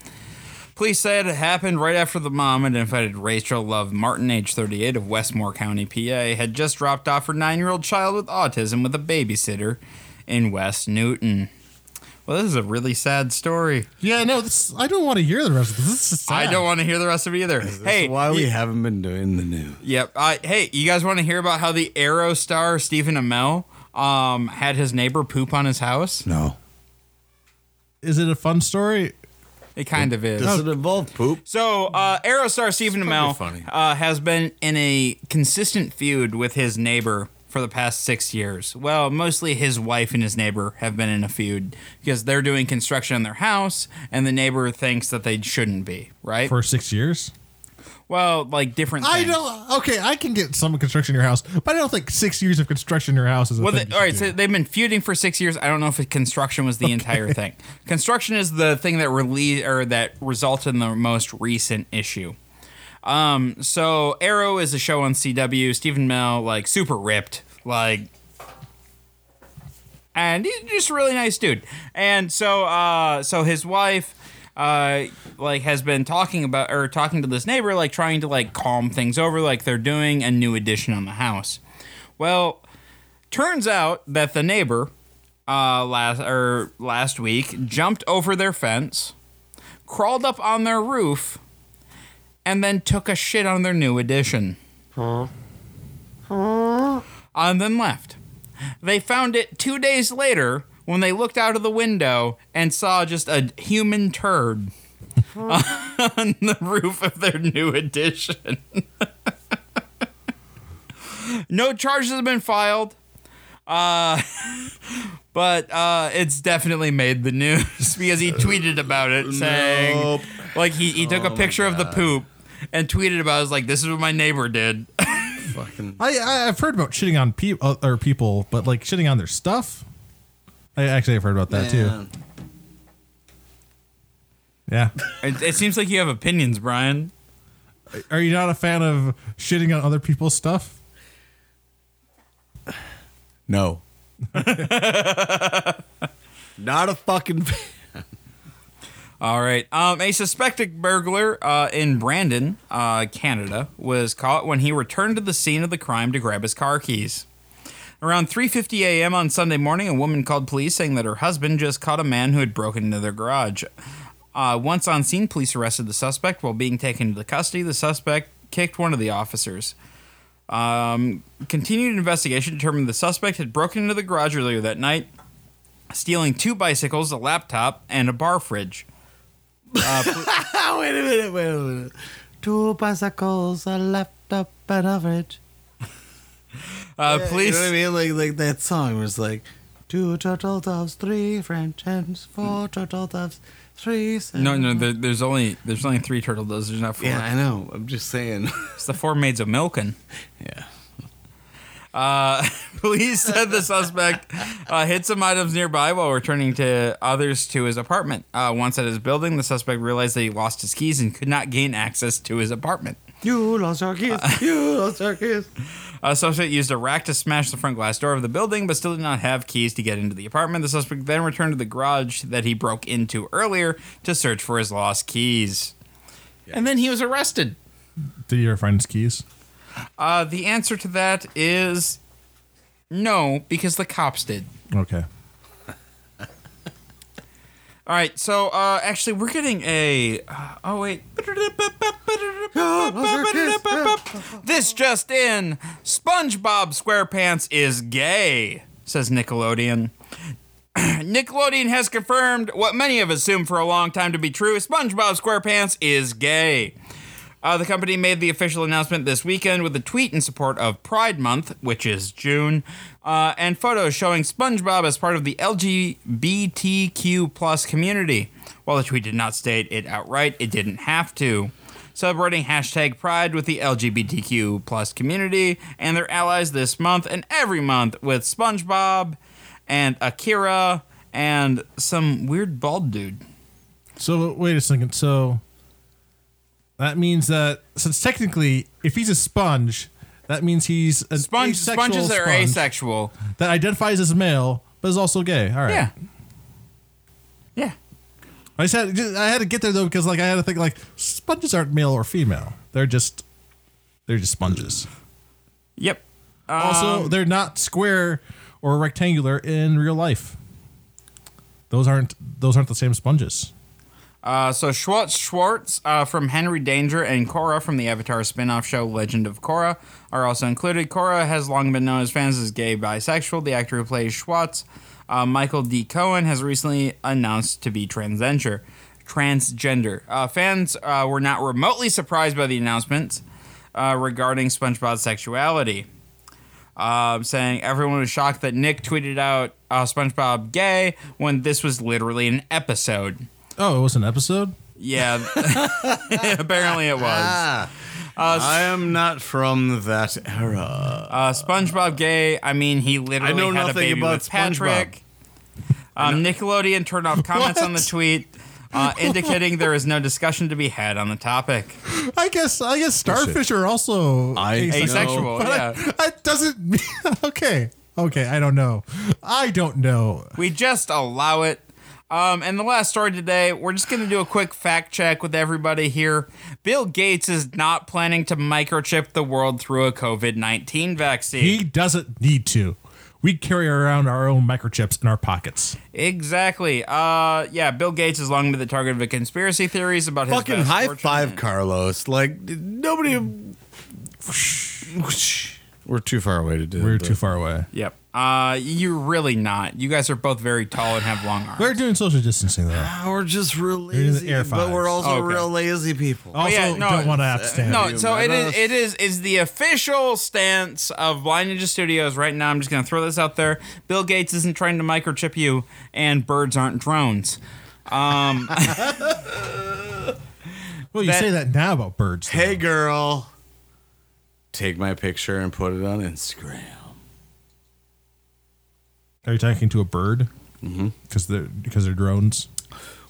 [SPEAKER 1] Police said it happened right after the mom, identified as Rachel Love Martin, age 38, of Westmore County, PA, had just dropped off her nine year old child with autism with a babysitter in West Newton. Well, this is a really sad story.
[SPEAKER 2] Yeah, no, this, I don't want to hear the rest of this. This is sad.
[SPEAKER 1] I don't want to hear the rest of it either. hey,
[SPEAKER 3] That's why we
[SPEAKER 1] y-
[SPEAKER 3] haven't been doing the news.
[SPEAKER 1] Yep. Uh, hey, you guys want to hear about how the Arrow star Stephen Amell um, had his neighbor poop on his house?
[SPEAKER 3] No.
[SPEAKER 2] Is it a fun story?
[SPEAKER 1] It kind of is.
[SPEAKER 3] Does it involve poop?
[SPEAKER 1] So, uh, Arrow star Stephen Amell
[SPEAKER 3] fucking Oh. funny.
[SPEAKER 1] uh, has been in a consistent feud with his neighbor for the past six years. Well, mostly his wife and his neighbor have been in a feud because they're doing construction on their house, and the neighbor thinks that they shouldn't be, right?
[SPEAKER 2] For six years?
[SPEAKER 1] well, like different
[SPEAKER 2] I
[SPEAKER 1] things.
[SPEAKER 2] don't. Okay, I can get some construction in your house, but I don't think six years of construction in your house is. A
[SPEAKER 1] Well,
[SPEAKER 2] thing
[SPEAKER 1] they, all right. So
[SPEAKER 2] So
[SPEAKER 1] they've been feuding for six years. I don't know if it- construction was the entire thing. Construction is the thing that released or that resulted in the most recent issue. Um, so Arrow is a show on CW. Stephen Mel, like super ripped, like, and he's just a really nice dude. And so, uh, so his wife. Uh, like has been talking about or talking to this neighbor, like trying to like calm things over, like they're doing a new addition on the house. Well, Turns out that the neighbor uh, last or last week jumped over their fence, crawled up on their roof, and then took a shit on their new addition. And then left. They found it two days later when they looked out of the window and saw just a human turd on the roof of their new addition. no charges have been filed. Uh, but uh, it's definitely made the news because he tweeted about it saying,
[SPEAKER 3] Nope.
[SPEAKER 1] like, he, he took a picture of the poop and tweeted about it. I was like, this is what my neighbor did.
[SPEAKER 3] Fucking.
[SPEAKER 2] I, I I've heard about shitting on people or people, but like shitting on their stuff. I actually have heard about that too.
[SPEAKER 3] Man.
[SPEAKER 2] Yeah.
[SPEAKER 1] it, it seems like you have opinions, Brian.
[SPEAKER 2] Are you not a fan of shitting on other people's stuff?
[SPEAKER 3] No. Not a fucking.
[SPEAKER 1] All right. Um, a suspected burglar uh, in Brandon, uh, Canada, was caught when he returned to the scene of the crime to grab his car keys. Around 3:50 a.m. on Sunday morning, a woman called police saying that her husband just caught a man who had broken into their garage. Uh, once on scene, police arrested the suspect. While being taken into custody, the suspect kicked one of the officers. Um, continued investigation determined the suspect had broken into the garage earlier that night, stealing two bicycles, a laptop, and a bar fridge.
[SPEAKER 3] Oh, wait a minute, wait a minute. Two bicycles are left up and average.
[SPEAKER 1] Uh,
[SPEAKER 3] You
[SPEAKER 1] police.
[SPEAKER 3] know what I mean? Like, like that song was like, two turtle doves, three French hens, four turtle doves, three.
[SPEAKER 1] No, no. There, there's only there's only three turtle doves. There's not four.
[SPEAKER 3] Yeah, I know. I'm just saying.
[SPEAKER 1] It's the four maids of milking.
[SPEAKER 3] yeah.
[SPEAKER 1] Police said the suspect uh, hid some items nearby while returning to others to his apartment. Uh, once at his building, the suspect realized that he lost his keys and could not gain access to his apartment.
[SPEAKER 3] You lost your keys. You lost your keys.
[SPEAKER 1] A Uh, suspect used a rack to smash the front glass door of the building, but still did not have keys to get into the apartment. The suspect then returned to the garage that he broke into earlier to search for his lost keys. And then he was arrested.
[SPEAKER 2] Did you ever find his keys?
[SPEAKER 1] Uh, the answer to that is no, because the cops did.
[SPEAKER 2] Okay.
[SPEAKER 1] All right, so uh, actually, we're getting a. Uh, oh wait. This just in: SpongeBob SquarePants is gay, says Nickelodeon. Nickelodeon has confirmed what many have assumed for a long time to be true: SpongeBob SquarePants is gay. Uh, the company made the official announcement this weekend with a tweet in support of Pride Month, which is June, uh, and photos showing SpongeBob as part of the LGBTQ plus community. While the tweet did not state it outright, it didn't have to. Celebrating hashtag Pride with the LGBTQ plus community and their allies this month and every month with SpongeBob and Akira and some weird bald dude.
[SPEAKER 2] So wait a second. So that means that since technically, if he's a sponge, that means he's a
[SPEAKER 1] Sponge, sponges are asexual.
[SPEAKER 2] that identifies as male but is also gay. All right.
[SPEAKER 1] Yeah. Yeah.
[SPEAKER 2] I just had just- I had to get there though because like I had to think like sponges aren't male or female. They're just they're just sponges.
[SPEAKER 1] Yep.
[SPEAKER 2] also, they're not square or rectangular in real life. Those aren't those aren't the same sponges.
[SPEAKER 1] Uh, so Schwartz Schwartz uh, from Henry Danger and Korra from the Avatar spin-off show Legend of Korra are also included. Korra has long been known as fans as gay bisexual. The actor who plays Schwartz, uh, Michael D. Cohen, has recently announced to be transgender. Transgender uh, fans uh, were not remotely surprised by the announcements uh, regarding SpongeBob's sexuality um, saying everyone was shocked that Nick tweeted out uh, SpongeBob gay when this was literally an episode.
[SPEAKER 2] Oh, it was an episode.
[SPEAKER 1] Yeah, apparently it was.
[SPEAKER 3] I am not from that era.
[SPEAKER 1] Uh, SpongeBob gay. I mean, he literally
[SPEAKER 3] I know
[SPEAKER 1] had a
[SPEAKER 3] nothing
[SPEAKER 1] baby
[SPEAKER 3] about
[SPEAKER 1] with Patrick. Um, Nickelodeon turned off comments on the tweet, uh, indicating there is no discussion to be had on the topic.
[SPEAKER 2] I guess I guess starfish are also
[SPEAKER 3] I-
[SPEAKER 2] asexual.
[SPEAKER 1] Asexual, yeah.
[SPEAKER 2] That doesn't mean okay. Okay, I don't know. I don't know.
[SPEAKER 1] We just allow it. Um, and the last story today, we're just going to do a quick fact check with everybody here. Bill Gates is not planning to microchip the world through a COVID 19 vaccine.
[SPEAKER 2] He doesn't need to. We carry around our own microchips in our pockets.
[SPEAKER 1] exactly. Uh, yeah, Bill Gates has long been the target of conspiracy theories about his
[SPEAKER 3] Fucking
[SPEAKER 1] vast
[SPEAKER 3] high
[SPEAKER 1] fortune.
[SPEAKER 3] five, Carlos. Like nobody. We're too far away to do.
[SPEAKER 2] We're
[SPEAKER 3] the-
[SPEAKER 2] too far away.
[SPEAKER 1] Yep. Uh, you're really not. You guys are both very tall and have long arms.
[SPEAKER 2] We're doing social distancing though.
[SPEAKER 3] Ah, We're just real
[SPEAKER 2] in the
[SPEAKER 3] lazy,
[SPEAKER 2] air
[SPEAKER 3] but we're
[SPEAKER 2] fives.
[SPEAKER 3] also
[SPEAKER 1] Okay.
[SPEAKER 3] real lazy people.
[SPEAKER 2] Also,
[SPEAKER 1] Oh, yeah, no, uh,
[SPEAKER 2] don't want to abstain.
[SPEAKER 1] No, so it
[SPEAKER 3] man
[SPEAKER 1] is.
[SPEAKER 3] us.
[SPEAKER 1] It is is the official stance of Blind Ninja Studios right now. I'm just gonna throw this out there. Bill Gates isn't trying to microchip you, and birds aren't drones.
[SPEAKER 2] well, you
[SPEAKER 1] that-
[SPEAKER 2] say that now about birds. though.
[SPEAKER 3] Hey, girl, take my picture and put it on Instagram.
[SPEAKER 2] Are you talking to a bird?
[SPEAKER 3] Mm-hmm.
[SPEAKER 2] Because they're because they're drones.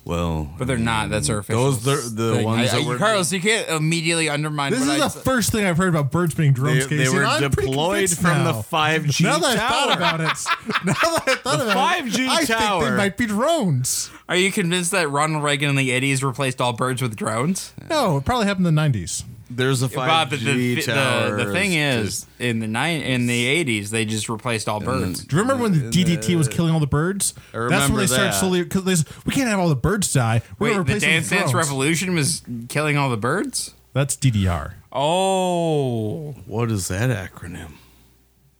[SPEAKER 3] Well,
[SPEAKER 1] But they're not. That's our official.
[SPEAKER 3] Those are the
[SPEAKER 1] thing.
[SPEAKER 3] ones
[SPEAKER 1] I- I-
[SPEAKER 3] that were-
[SPEAKER 1] Carlos, you can't immediately undermine.
[SPEAKER 2] This
[SPEAKER 1] what
[SPEAKER 2] is
[SPEAKER 1] I
[SPEAKER 2] the
[SPEAKER 1] said.
[SPEAKER 2] first thing I've heard about birds being
[SPEAKER 3] they,
[SPEAKER 2] drones.
[SPEAKER 3] they
[SPEAKER 2] Casey,
[SPEAKER 3] were
[SPEAKER 2] and I'm pretty
[SPEAKER 3] deployed
[SPEAKER 2] convinced
[SPEAKER 3] from
[SPEAKER 2] now.
[SPEAKER 3] the five G
[SPEAKER 2] Now
[SPEAKER 3] tower.
[SPEAKER 2] that I thought about it, now that I thought about it,
[SPEAKER 3] 5G
[SPEAKER 2] I think
[SPEAKER 3] tower.
[SPEAKER 2] they might be drones.
[SPEAKER 1] Are you convinced that Ronald Reagan in the '80s replaced all birds with drones?
[SPEAKER 2] No, it probably happened in the '90s.
[SPEAKER 3] There's a
[SPEAKER 1] Bob,
[SPEAKER 3] five
[SPEAKER 1] the,
[SPEAKER 3] G
[SPEAKER 1] the,
[SPEAKER 3] tower.
[SPEAKER 1] the, the thing
[SPEAKER 3] It's
[SPEAKER 1] is, in the nine in the '80s, they just replaced all birds.
[SPEAKER 2] Do you remember when the DDT was killing all the birds?
[SPEAKER 3] Uh, I
[SPEAKER 2] That's when
[SPEAKER 3] remember
[SPEAKER 2] they started
[SPEAKER 3] that.
[SPEAKER 2] slowly because we can't have all the birds die. We're
[SPEAKER 1] Wait,
[SPEAKER 2] gonna
[SPEAKER 1] the
[SPEAKER 2] replace them
[SPEAKER 1] Dance
[SPEAKER 2] with
[SPEAKER 1] Dance
[SPEAKER 2] drones.
[SPEAKER 1] Revolution was killing all the birds.
[SPEAKER 2] That's DDR.
[SPEAKER 1] Oh,
[SPEAKER 3] just- what is that acronym?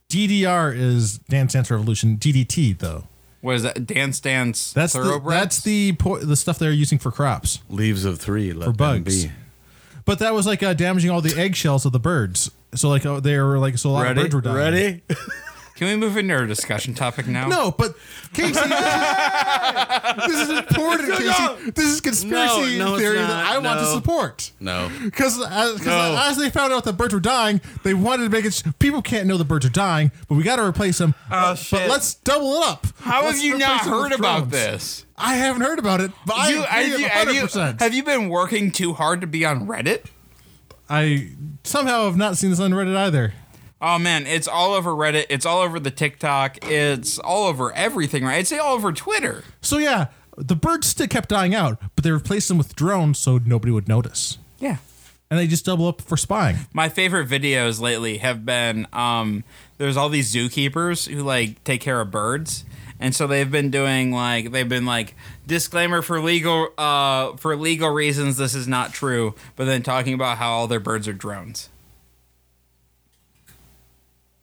[SPEAKER 2] DDR is Dance Dance Revolution. DDT though.
[SPEAKER 1] what is that? Dance Dance
[SPEAKER 2] That's the,
[SPEAKER 1] Thoroughbreds?
[SPEAKER 2] that's the po- the stuff they're using for crops
[SPEAKER 3] Leaves of three. Let
[SPEAKER 2] for
[SPEAKER 3] them
[SPEAKER 2] bugs.
[SPEAKER 3] be.
[SPEAKER 2] But that was like uh, damaging all the eggshells of the birds. So like oh, they were like so a lot of birds were dying.
[SPEAKER 3] Ready?
[SPEAKER 1] Can we move into our discussion topic now?
[SPEAKER 2] No, but Casey, this is important, Casey. This is conspiracy
[SPEAKER 3] oh, No, no, it's
[SPEAKER 2] theory
[SPEAKER 3] not.
[SPEAKER 2] that I want to
[SPEAKER 3] No.
[SPEAKER 2] support.
[SPEAKER 3] No.
[SPEAKER 2] Because as, 'cause
[SPEAKER 3] No.
[SPEAKER 2] as they found out the birds were dying, they wanted to make it. People can't know the birds are dying, but we got to replace them. Uh,
[SPEAKER 1] Oh, shit.
[SPEAKER 2] But let's double it up.
[SPEAKER 1] How
[SPEAKER 2] Let's
[SPEAKER 1] have you
[SPEAKER 2] replace
[SPEAKER 1] not
[SPEAKER 2] them with
[SPEAKER 1] heard about
[SPEAKER 2] drones.
[SPEAKER 1] this?
[SPEAKER 2] I haven't heard about it, but
[SPEAKER 1] You-
[SPEAKER 2] I agree
[SPEAKER 1] have, you,
[SPEAKER 2] 100%.
[SPEAKER 1] have you- have you been working too hard to be on Reddit?
[SPEAKER 2] I somehow have not seen this on Reddit either.
[SPEAKER 1] Oh man, it's all over Reddit. It's all over the TikTok. It's all over everything, right? It's all over Twitter.
[SPEAKER 2] So yeah, the birds still kept dying out, but they replaced them with drones so nobody would notice.
[SPEAKER 1] Yeah.
[SPEAKER 2] And they just double up for spying.
[SPEAKER 1] My favorite videos lately have been um, there's all these zookeepers who like take care of birds, and so they've been doing like they've been like disclaimer for legal uh, for legal reasons this is not true, but then talking about how all their birds are drones.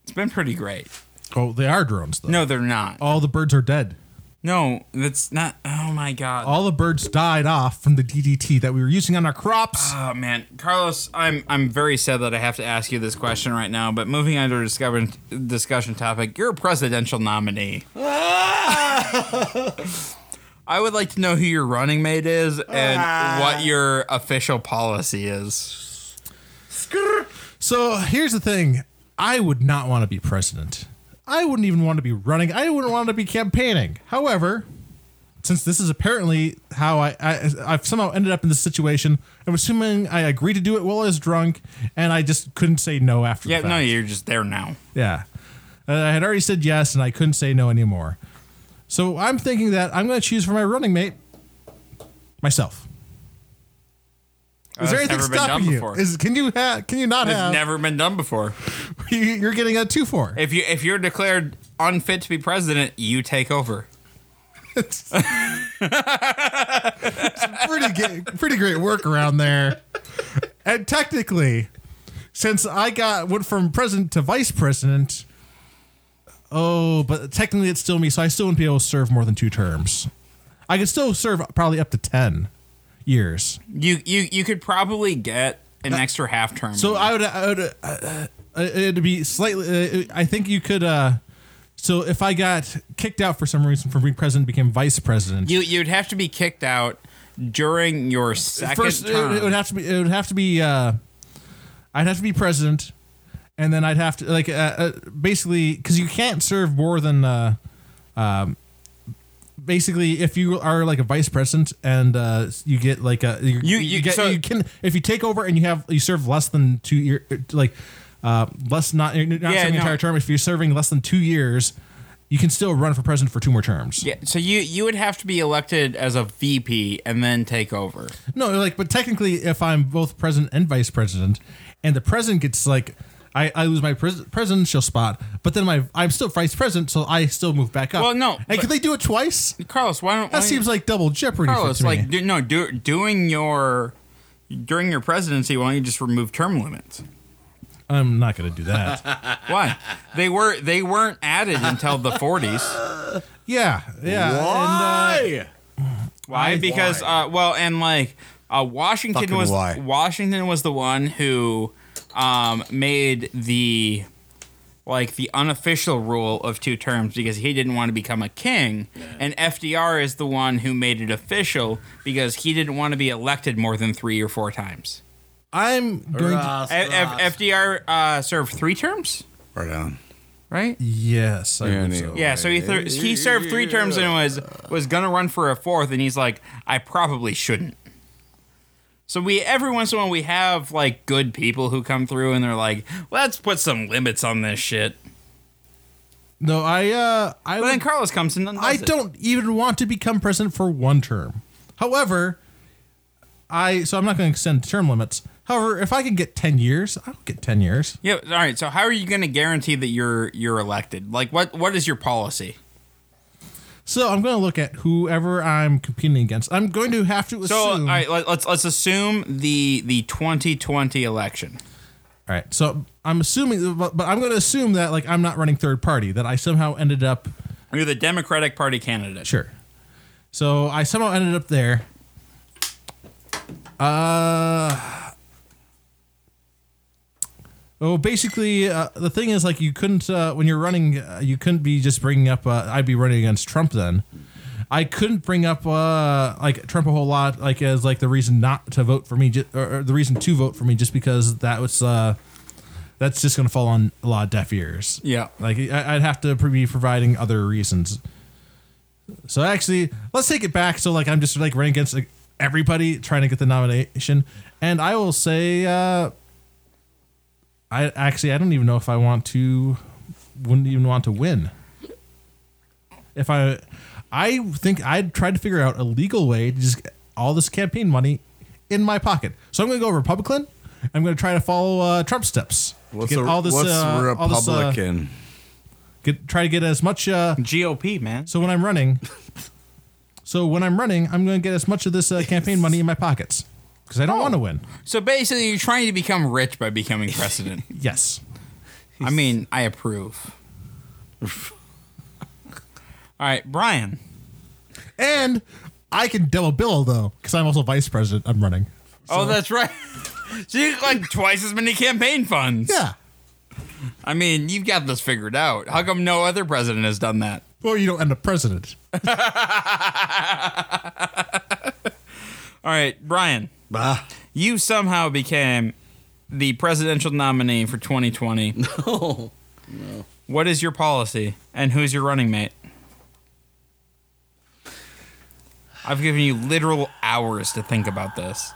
[SPEAKER 1] It's been pretty great.
[SPEAKER 2] Oh, they are drones though.
[SPEAKER 1] No, they're not.
[SPEAKER 2] All the birds are dead.
[SPEAKER 1] No, that's not. Oh my god.
[SPEAKER 2] All the birds died off from the DDT that we were using on our crops.
[SPEAKER 1] Oh man, Carlos, I'm I'm very sad that I have to ask you this question right now. But moving on to our discussion discussion topic, you're a presidential nominee. I would like to know who your running mate is and what your official policy is.
[SPEAKER 2] So here's the thing I would not want to be president. I wouldn't even want to be running. I wouldn't want to be campaigning. However, since this is apparently how I, I I've somehow ended up in this situation, I'm assuming I agreed to do it while I was drunk, and I just couldn't say no after. the
[SPEAKER 1] Yeah, no,
[SPEAKER 2] fact.
[SPEAKER 1] you're just there now.
[SPEAKER 2] Yeah. Uh, I had already said yes, and I couldn't say no anymore. So I'm thinking that I'm going to choose for my running mate myself. Is there
[SPEAKER 1] it's
[SPEAKER 2] anything
[SPEAKER 1] Uh, never been done
[SPEAKER 2] stopping you?
[SPEAKER 1] before.
[SPEAKER 2] Is, can you ha- can you not
[SPEAKER 1] It's
[SPEAKER 2] have?
[SPEAKER 1] never been done before.
[SPEAKER 2] you, you're getting a two for.
[SPEAKER 1] If you if you're declared unfit to be president, you take over.
[SPEAKER 2] pretty ga- pretty great work around there. And technically, since I got went from president to vice president, oh, but technically it's still me, so I still wouldn't be able to serve more than two terms. I could still serve probably up to ten years.
[SPEAKER 1] You you you could probably get an extra half term.
[SPEAKER 2] So I would, I would, uh, uh, it'd be slightly. Uh, I think you could. uh So if I got kicked out for some reason from being president, became vice president.
[SPEAKER 1] you you'd have to be kicked out during your second
[SPEAKER 2] First, uh, it,
[SPEAKER 1] term.
[SPEAKER 2] it would have to be. It would have to be. Uh, I'd have to be president, and then I'd have to like uh, uh, basically because you can't serve more than. Uh, um, basically, if you are like a vice president and uh, you get like a you
[SPEAKER 1] You- you-
[SPEAKER 2] get
[SPEAKER 1] so-
[SPEAKER 2] you can if you take over and you have you serve less than two year like uh, less not you're not
[SPEAKER 1] Yeah,
[SPEAKER 2] serving
[SPEAKER 1] no.
[SPEAKER 2] the entire term. If you're serving less than two years, you can still run for president for two more terms.
[SPEAKER 1] yeah, so you you would have to be elected as a VP and then take over.
[SPEAKER 2] No, like, but technically, if I'm both president and vice president, and the president gets like, I, I lose my pres- presidential spot, but then my I'm still vice president, so I still move back up.
[SPEAKER 1] Well, no,
[SPEAKER 2] and
[SPEAKER 1] but-
[SPEAKER 2] could they do it twice?
[SPEAKER 1] Carlos, why don't
[SPEAKER 2] That
[SPEAKER 1] why-
[SPEAKER 2] seems like double jeopardy.
[SPEAKER 1] Carlos
[SPEAKER 2] for me.
[SPEAKER 1] like do, no do, doing your during your presidency? Why don't you just remove term limits?
[SPEAKER 2] I'm not gonna do that.
[SPEAKER 1] Why they were they weren't added until the 40s.
[SPEAKER 2] yeah, yeah. and, uh,
[SPEAKER 3] Why?
[SPEAKER 1] Why? Because uh, well, and like uh, Washington
[SPEAKER 3] Fucking
[SPEAKER 1] was
[SPEAKER 3] why?
[SPEAKER 1] Washington was the one who um, made the like the unofficial rule of two terms because he didn't want to become a king, and FDR is the one who made it official because he didn't want to be elected more than three or four times.
[SPEAKER 2] I'm going. To,
[SPEAKER 3] Ross,
[SPEAKER 1] F- F-
[SPEAKER 3] Ross.
[SPEAKER 1] FDR uh, served three terms,
[SPEAKER 3] Right on.
[SPEAKER 1] right?
[SPEAKER 2] yes, I
[SPEAKER 3] Yeah,
[SPEAKER 2] believe
[SPEAKER 3] anyway.
[SPEAKER 2] so.
[SPEAKER 1] Yeah, so he thir- he served three terms and was was gonna run for a fourth, and he's like, I probably shouldn't. So we every once in a while we have like good people who come through and they're like, let's put some limits on this shit.
[SPEAKER 2] No, I uh, I
[SPEAKER 1] But then
[SPEAKER 2] would,
[SPEAKER 1] Carlos comes in. And
[SPEAKER 2] I
[SPEAKER 1] does it.
[SPEAKER 2] don't even want to become president for one term. However, I so I'm not going to extend term limits. However, if I could get 10 years, I'll get 10 years.
[SPEAKER 1] Yeah. All right. So how are you gonna guarantee that you're you're elected? Like, what what is your policy?
[SPEAKER 2] So I'm going to look at whoever I'm competing against. I'm going to have to assume.
[SPEAKER 1] So all right, let, let's let's assume the the 2020 election.
[SPEAKER 2] All right, so I'm assuming, but, but I'm going to assume that like I'm not running third party. That I somehow ended up
[SPEAKER 1] You're the Democratic Party candidate.
[SPEAKER 2] sure. So I somehow ended up there. Uh. Well, basically, uh, the thing is, like, you couldn't uh, when you're running, uh, you couldn't be just bringing up. Uh, I'd be running against Trump then. I couldn't bring up uh, like Trump a whole lot, like as like the reason not to vote for me, ju- or, or the reason to vote for me, just because that was uh, that's just gonna fall on a lot of deaf ears.
[SPEAKER 1] Yeah.
[SPEAKER 2] like I, I'd have to be providing other reasons. So actually, let's take it back. So like I'm just like running against like, everybody trying to get the nomination, and I will say, uh, I actually I don't even know if I want to, wouldn't even want to win. If I, I think I'd try to figure out a legal way to just get all this campaign money in my pocket. So I'm gonna go Republican. I'm gonna try to follow uh, Trump steps. to
[SPEAKER 3] What's
[SPEAKER 2] get
[SPEAKER 3] a what's
[SPEAKER 2] all this, uh,
[SPEAKER 3] Republican?
[SPEAKER 2] get, try to get as much uh,
[SPEAKER 1] GOP man.
[SPEAKER 2] so when I'm running, so when I'm running, I'm going to get as much of this uh, campaign money in my pockets because
[SPEAKER 3] Oh.
[SPEAKER 2] I don't want to win.
[SPEAKER 1] So basically, you're trying to become rich by becoming president.
[SPEAKER 2] Yes.
[SPEAKER 1] I mean, I approve. All right, Brian.
[SPEAKER 2] And I can double bill though because I'm also vice president. I'm running.
[SPEAKER 1] Oh, that's right. so you got like twice as many campaign funds.
[SPEAKER 2] Yeah.
[SPEAKER 1] I mean, you've got this figured out. How come no other president has done that?
[SPEAKER 2] Or you don't end up president.
[SPEAKER 1] All right, Brian.
[SPEAKER 3] Bah.
[SPEAKER 1] You somehow became the presidential nominee for 2020. No. No. What is your policy and who's your running mate? I've given you literal hours to think about this.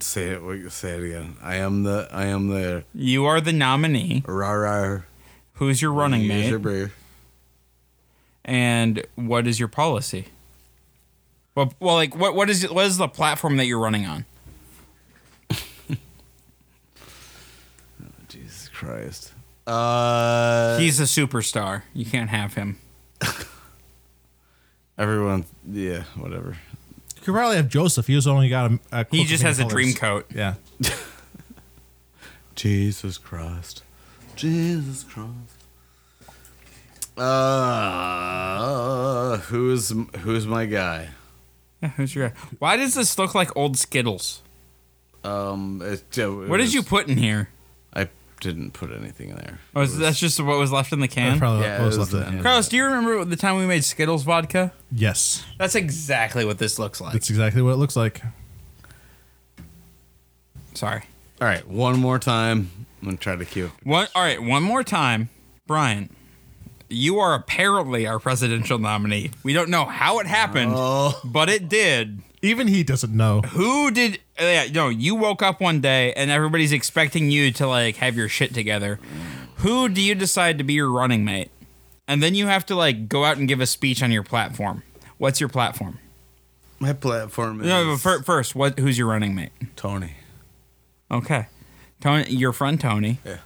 [SPEAKER 3] Say it. wait, Say it again. I am the. I am the.
[SPEAKER 1] You are the nominee.
[SPEAKER 3] Rah rah.
[SPEAKER 1] Who's your running
[SPEAKER 3] Use
[SPEAKER 1] mate?
[SPEAKER 3] your brain.
[SPEAKER 1] and what is your policy? Well, well, like what what is what is the platform that you're running on?
[SPEAKER 3] Jesus Christ. Uh.
[SPEAKER 1] He's a superstar. You can't have him.
[SPEAKER 3] Everyone, yeah, whatever.
[SPEAKER 2] You could probably have Joseph. He was only got a. a
[SPEAKER 1] He
[SPEAKER 2] cloak
[SPEAKER 1] just
[SPEAKER 2] of many
[SPEAKER 1] has a
[SPEAKER 2] colors.
[SPEAKER 1] dream coat.
[SPEAKER 2] Yeah.
[SPEAKER 3] Jesus Christ. Jesus Christ. Uh, who's who's my guy?
[SPEAKER 1] Yeah, who's your guy? Why does this look like old Skittles?
[SPEAKER 3] Um, it, it
[SPEAKER 1] What did
[SPEAKER 3] was-
[SPEAKER 1] you put in here?
[SPEAKER 3] I didn't put anything in there.
[SPEAKER 1] Oh, is that's just what was left in the
[SPEAKER 2] That's
[SPEAKER 1] can?
[SPEAKER 2] probably
[SPEAKER 3] Yeah,
[SPEAKER 2] what was
[SPEAKER 3] it
[SPEAKER 2] left
[SPEAKER 3] was the
[SPEAKER 2] Oh, in
[SPEAKER 3] end.
[SPEAKER 2] there.
[SPEAKER 1] Carlos, do you remember the time we made Skittles vodka?
[SPEAKER 2] Yes.
[SPEAKER 1] That's exactly what this looks like.
[SPEAKER 2] That's exactly what it looks like.
[SPEAKER 1] Sorry.
[SPEAKER 3] All right, one more time. I'm gonna try to cue.
[SPEAKER 1] One, all right, one more time. Brian, you are apparently our presidential nominee. We don't know how it happened, but it did.
[SPEAKER 2] Even he doesn't know.
[SPEAKER 1] Who did? Uh, yeah, no, you woke up one day and everybody's expecting you to like have your shit together. Who do you decide to be your running mate? And then you have to like go out and give a speech on your platform. What's your platform?
[SPEAKER 3] My platform is
[SPEAKER 1] No, but fir- first, what? Who's your running mate?
[SPEAKER 3] Tony.
[SPEAKER 1] Okay, Tony, your friend Tony.
[SPEAKER 3] Yeah.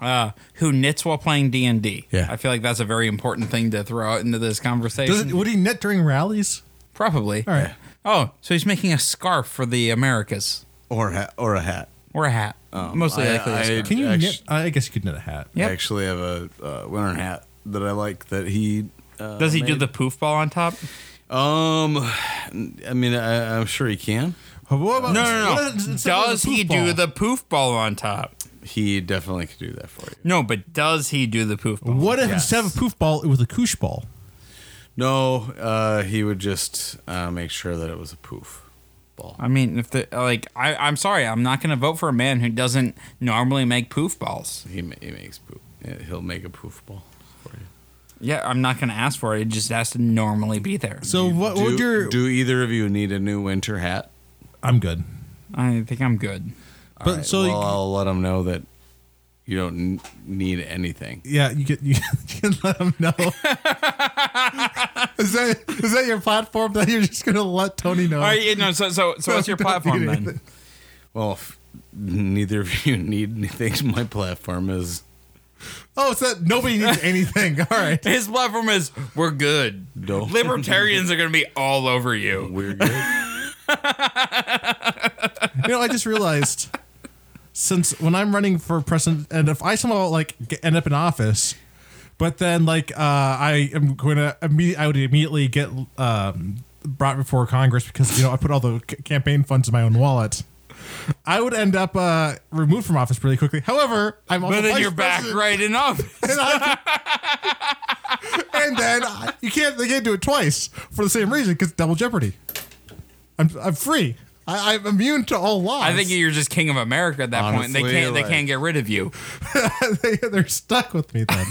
[SPEAKER 1] Uh, who knits while playing D and D?
[SPEAKER 3] Yeah.
[SPEAKER 1] I feel like that's a very important thing to throw out into this conversation.
[SPEAKER 2] Does it, would he knit during rallies?
[SPEAKER 1] Probably.
[SPEAKER 2] All right.
[SPEAKER 1] Oh, so he's making a scarf for the Americas
[SPEAKER 3] Or a hat, or a hat.
[SPEAKER 1] or a hat, mostly
[SPEAKER 3] Oh, I-
[SPEAKER 1] likely. a
[SPEAKER 3] I-
[SPEAKER 1] scarf.
[SPEAKER 2] Can you
[SPEAKER 3] Actu-
[SPEAKER 2] knit? I guess you could knit a hat.
[SPEAKER 1] Yep.
[SPEAKER 3] I actually have a uh, winter hat that I like that he. Uh,
[SPEAKER 1] Does he do
[SPEAKER 3] made.
[SPEAKER 1] the poof ball on top?
[SPEAKER 3] Um, I mean, I, I'm sure he can.
[SPEAKER 2] What about,
[SPEAKER 1] No, no,
[SPEAKER 2] what if
[SPEAKER 1] no.
[SPEAKER 2] it's- it's like a
[SPEAKER 1] Does he
[SPEAKER 2] poof ball?
[SPEAKER 1] do the poof ball on top?
[SPEAKER 3] He definitely could do that for you.
[SPEAKER 1] No, but does he do the poof ball?
[SPEAKER 2] What if
[SPEAKER 3] Yes.
[SPEAKER 2] instead of a poof ball, it was a koosh ball?
[SPEAKER 3] No, uh, he would just uh, make sure that it was a poof ball.
[SPEAKER 1] I mean, if the like, I, I'm sorry, I'm not going to vote for a man who doesn't normally make poof balls.
[SPEAKER 3] He, ma- he makes poof. yeah, He'll make a poof ball for you.
[SPEAKER 1] Yeah, I'm not going to ask for it. It just has to normally be there.
[SPEAKER 2] So what
[SPEAKER 3] do,
[SPEAKER 2] would your?
[SPEAKER 3] do either of you need a new winter hat?
[SPEAKER 2] I'm good.
[SPEAKER 1] I think I'm good.
[SPEAKER 3] All
[SPEAKER 2] But
[SPEAKER 3] right,
[SPEAKER 2] so you-
[SPEAKER 3] well, I'll let him know that you don't n- need anything.
[SPEAKER 2] Yeah, you can you, can let them know. is that is that your platform that you're just gonna let Tony know?
[SPEAKER 1] All right, you know, so so so what's your
[SPEAKER 2] Don't need
[SPEAKER 1] platform then?
[SPEAKER 2] anything.
[SPEAKER 3] Well, if neither of you need anything, my platform is
[SPEAKER 2] Oh, it's that nobody needs anything. All right.
[SPEAKER 1] His platform is we're good.
[SPEAKER 3] No.
[SPEAKER 1] Libertarians are going to be all over you.
[SPEAKER 3] we're good.
[SPEAKER 2] You know, I just realized since when I'm running for president, and if I somehow like get, end up in office, but then like uh, I am going to immediately, I would immediately get um, brought before Congress because you know I put all the c- campaign funds in my own wallet. I would end up uh, removed from office pretty quickly. However, I'm also
[SPEAKER 1] But then
[SPEAKER 2] vice
[SPEAKER 1] you're back
[SPEAKER 2] president.
[SPEAKER 1] right in office.
[SPEAKER 2] and, I- and then I- you can't they can't do it twice for the same reason because double jeopardy. I'm I'm free. I, I'm immune to all laws.
[SPEAKER 1] I think you're just king of America at that point. They
[SPEAKER 3] Honestly,
[SPEAKER 1] can't they
[SPEAKER 3] like-
[SPEAKER 1] can't get rid of you.
[SPEAKER 2] they, they're stuck with me then.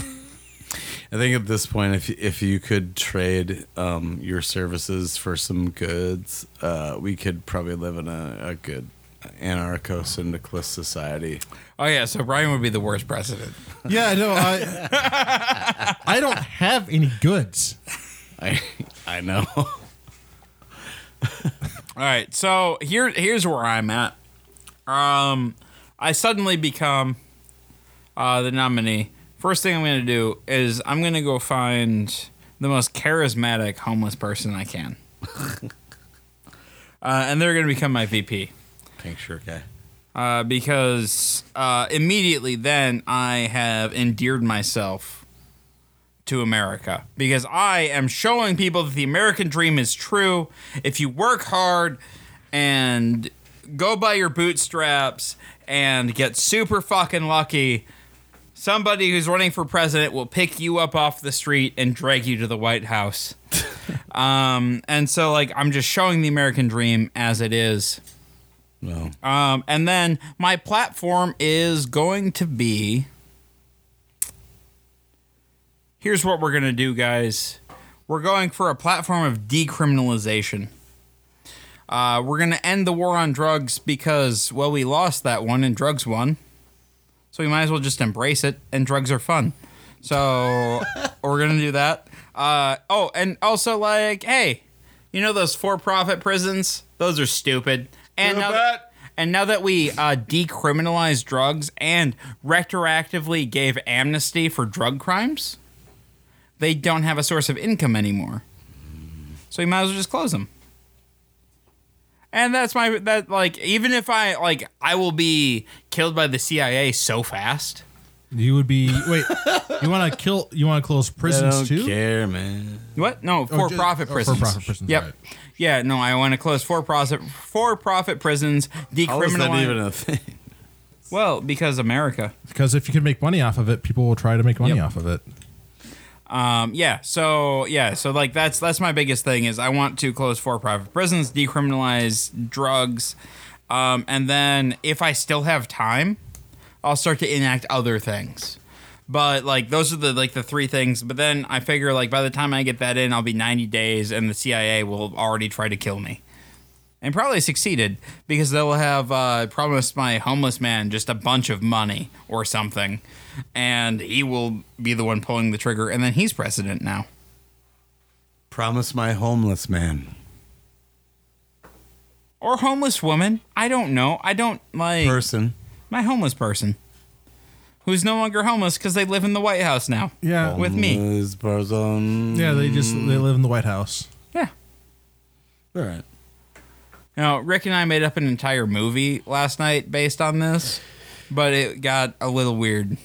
[SPEAKER 3] I think at this point, if if you could trade um, your services for some goods, uh, we could probably live in a, a good anarcho-syndicalist society.
[SPEAKER 1] Oh yeah, so Brian would be the worst president.
[SPEAKER 2] yeah, no, I I don't have any goods.
[SPEAKER 3] I I know.
[SPEAKER 1] All right, so here here's where I'm at. Um, I suddenly become uh, the nominee. First thing I'm gonna do is I'm gonna go find the most charismatic homeless person I can, uh, and they're gonna become my VP
[SPEAKER 3] Pink shirt guy.
[SPEAKER 1] uh, because uh, immediately then I have endeared myself to America because I am showing people that the American dream is true. If you work hard and go by your bootstraps and get super fucking lucky, somebody who's running for president will pick you up off the street and drag you to the White House. um, and so, like, I'm just showing the American dream as it is.
[SPEAKER 3] No.
[SPEAKER 1] Um, and then my platform is going to be. Here's what we're going to do, guys. We're going for a platform of decriminalization. Uh, we're going to end the war on drugs because, well, we lost that one and drugs won. So we might as well just embrace it, and drugs are fun. So we're going to do that. Uh, oh, and also, like, hey, you know those for profit prisons? Those are stupid. And now, that, and now that we uh, decriminalized drugs and retroactively gave amnesty for drug crimes, they don't have a source of income anymore. So you might as well just close them. And that's my that like even if I like I will be killed by the CIA so fast.
[SPEAKER 2] You would be wait. you want to kill? You want to close
[SPEAKER 3] I
[SPEAKER 2] prisons
[SPEAKER 3] don't
[SPEAKER 2] too?
[SPEAKER 3] care, man.
[SPEAKER 1] What? No, for profit
[SPEAKER 2] oh,
[SPEAKER 1] prisons.
[SPEAKER 2] for-profit prisons,
[SPEAKER 1] Yep.
[SPEAKER 2] right.
[SPEAKER 1] Yeah, no, I want to close for profit for profit prisons,
[SPEAKER 3] How is that
[SPEAKER 1] decriminalize.
[SPEAKER 3] even a thing?
[SPEAKER 1] well, because America.
[SPEAKER 2] Because if you can make money off of it, people will try to make money
[SPEAKER 1] Yep.
[SPEAKER 2] off of it.
[SPEAKER 1] Um, yeah. So yeah. So like that's that's my biggest thing is I want to close for-profit prisons, decriminalize drugs, um, and then if I still have time, I'll start to enact other things. But like those are the like the three things. But then I figure like by the time I get that in, I'll be 90 days, and the CIA will already try to kill me. And probably succeeded because they'll have uh, promised my homeless man just a bunch of money or something, and he will be the one pulling the trigger, and then he's president now.
[SPEAKER 3] Promise my homeless man.
[SPEAKER 1] Or homeless woman. I don't know. I don't like
[SPEAKER 3] Person.
[SPEAKER 1] my homeless person who's no longer homeless because they live in the White House now.
[SPEAKER 2] Yeah.
[SPEAKER 1] With me.
[SPEAKER 3] Homeless person.
[SPEAKER 2] Yeah, they just
[SPEAKER 3] Mm.
[SPEAKER 2] they live in the White House.
[SPEAKER 1] Yeah.
[SPEAKER 3] All right.
[SPEAKER 1] Now, Rick and I made up an entire movie last night based on this, but it got a little weird.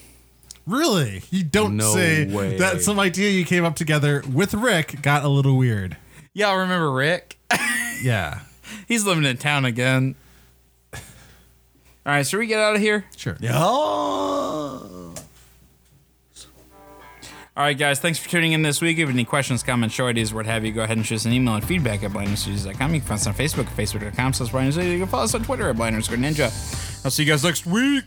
[SPEAKER 2] Really? You don't
[SPEAKER 3] No
[SPEAKER 2] say
[SPEAKER 3] way.
[SPEAKER 2] that some idea you came up together with Rick got a little weird.
[SPEAKER 1] Y'all remember Rick?
[SPEAKER 2] Yeah.
[SPEAKER 1] He's living in town again. All right, should we get out of here?
[SPEAKER 2] Sure.
[SPEAKER 3] Oh.
[SPEAKER 1] All right, guys, thanks for tuning in this week. If you have any questions, comments, show ideas, what have you, go ahead and shoot us an email at feedback at blindnessstudios.com. You can find us on Facebook at facebook.com slash blindnessstudios. You can follow us on Twitter at blind underscore ninja. I'll see you guys next week.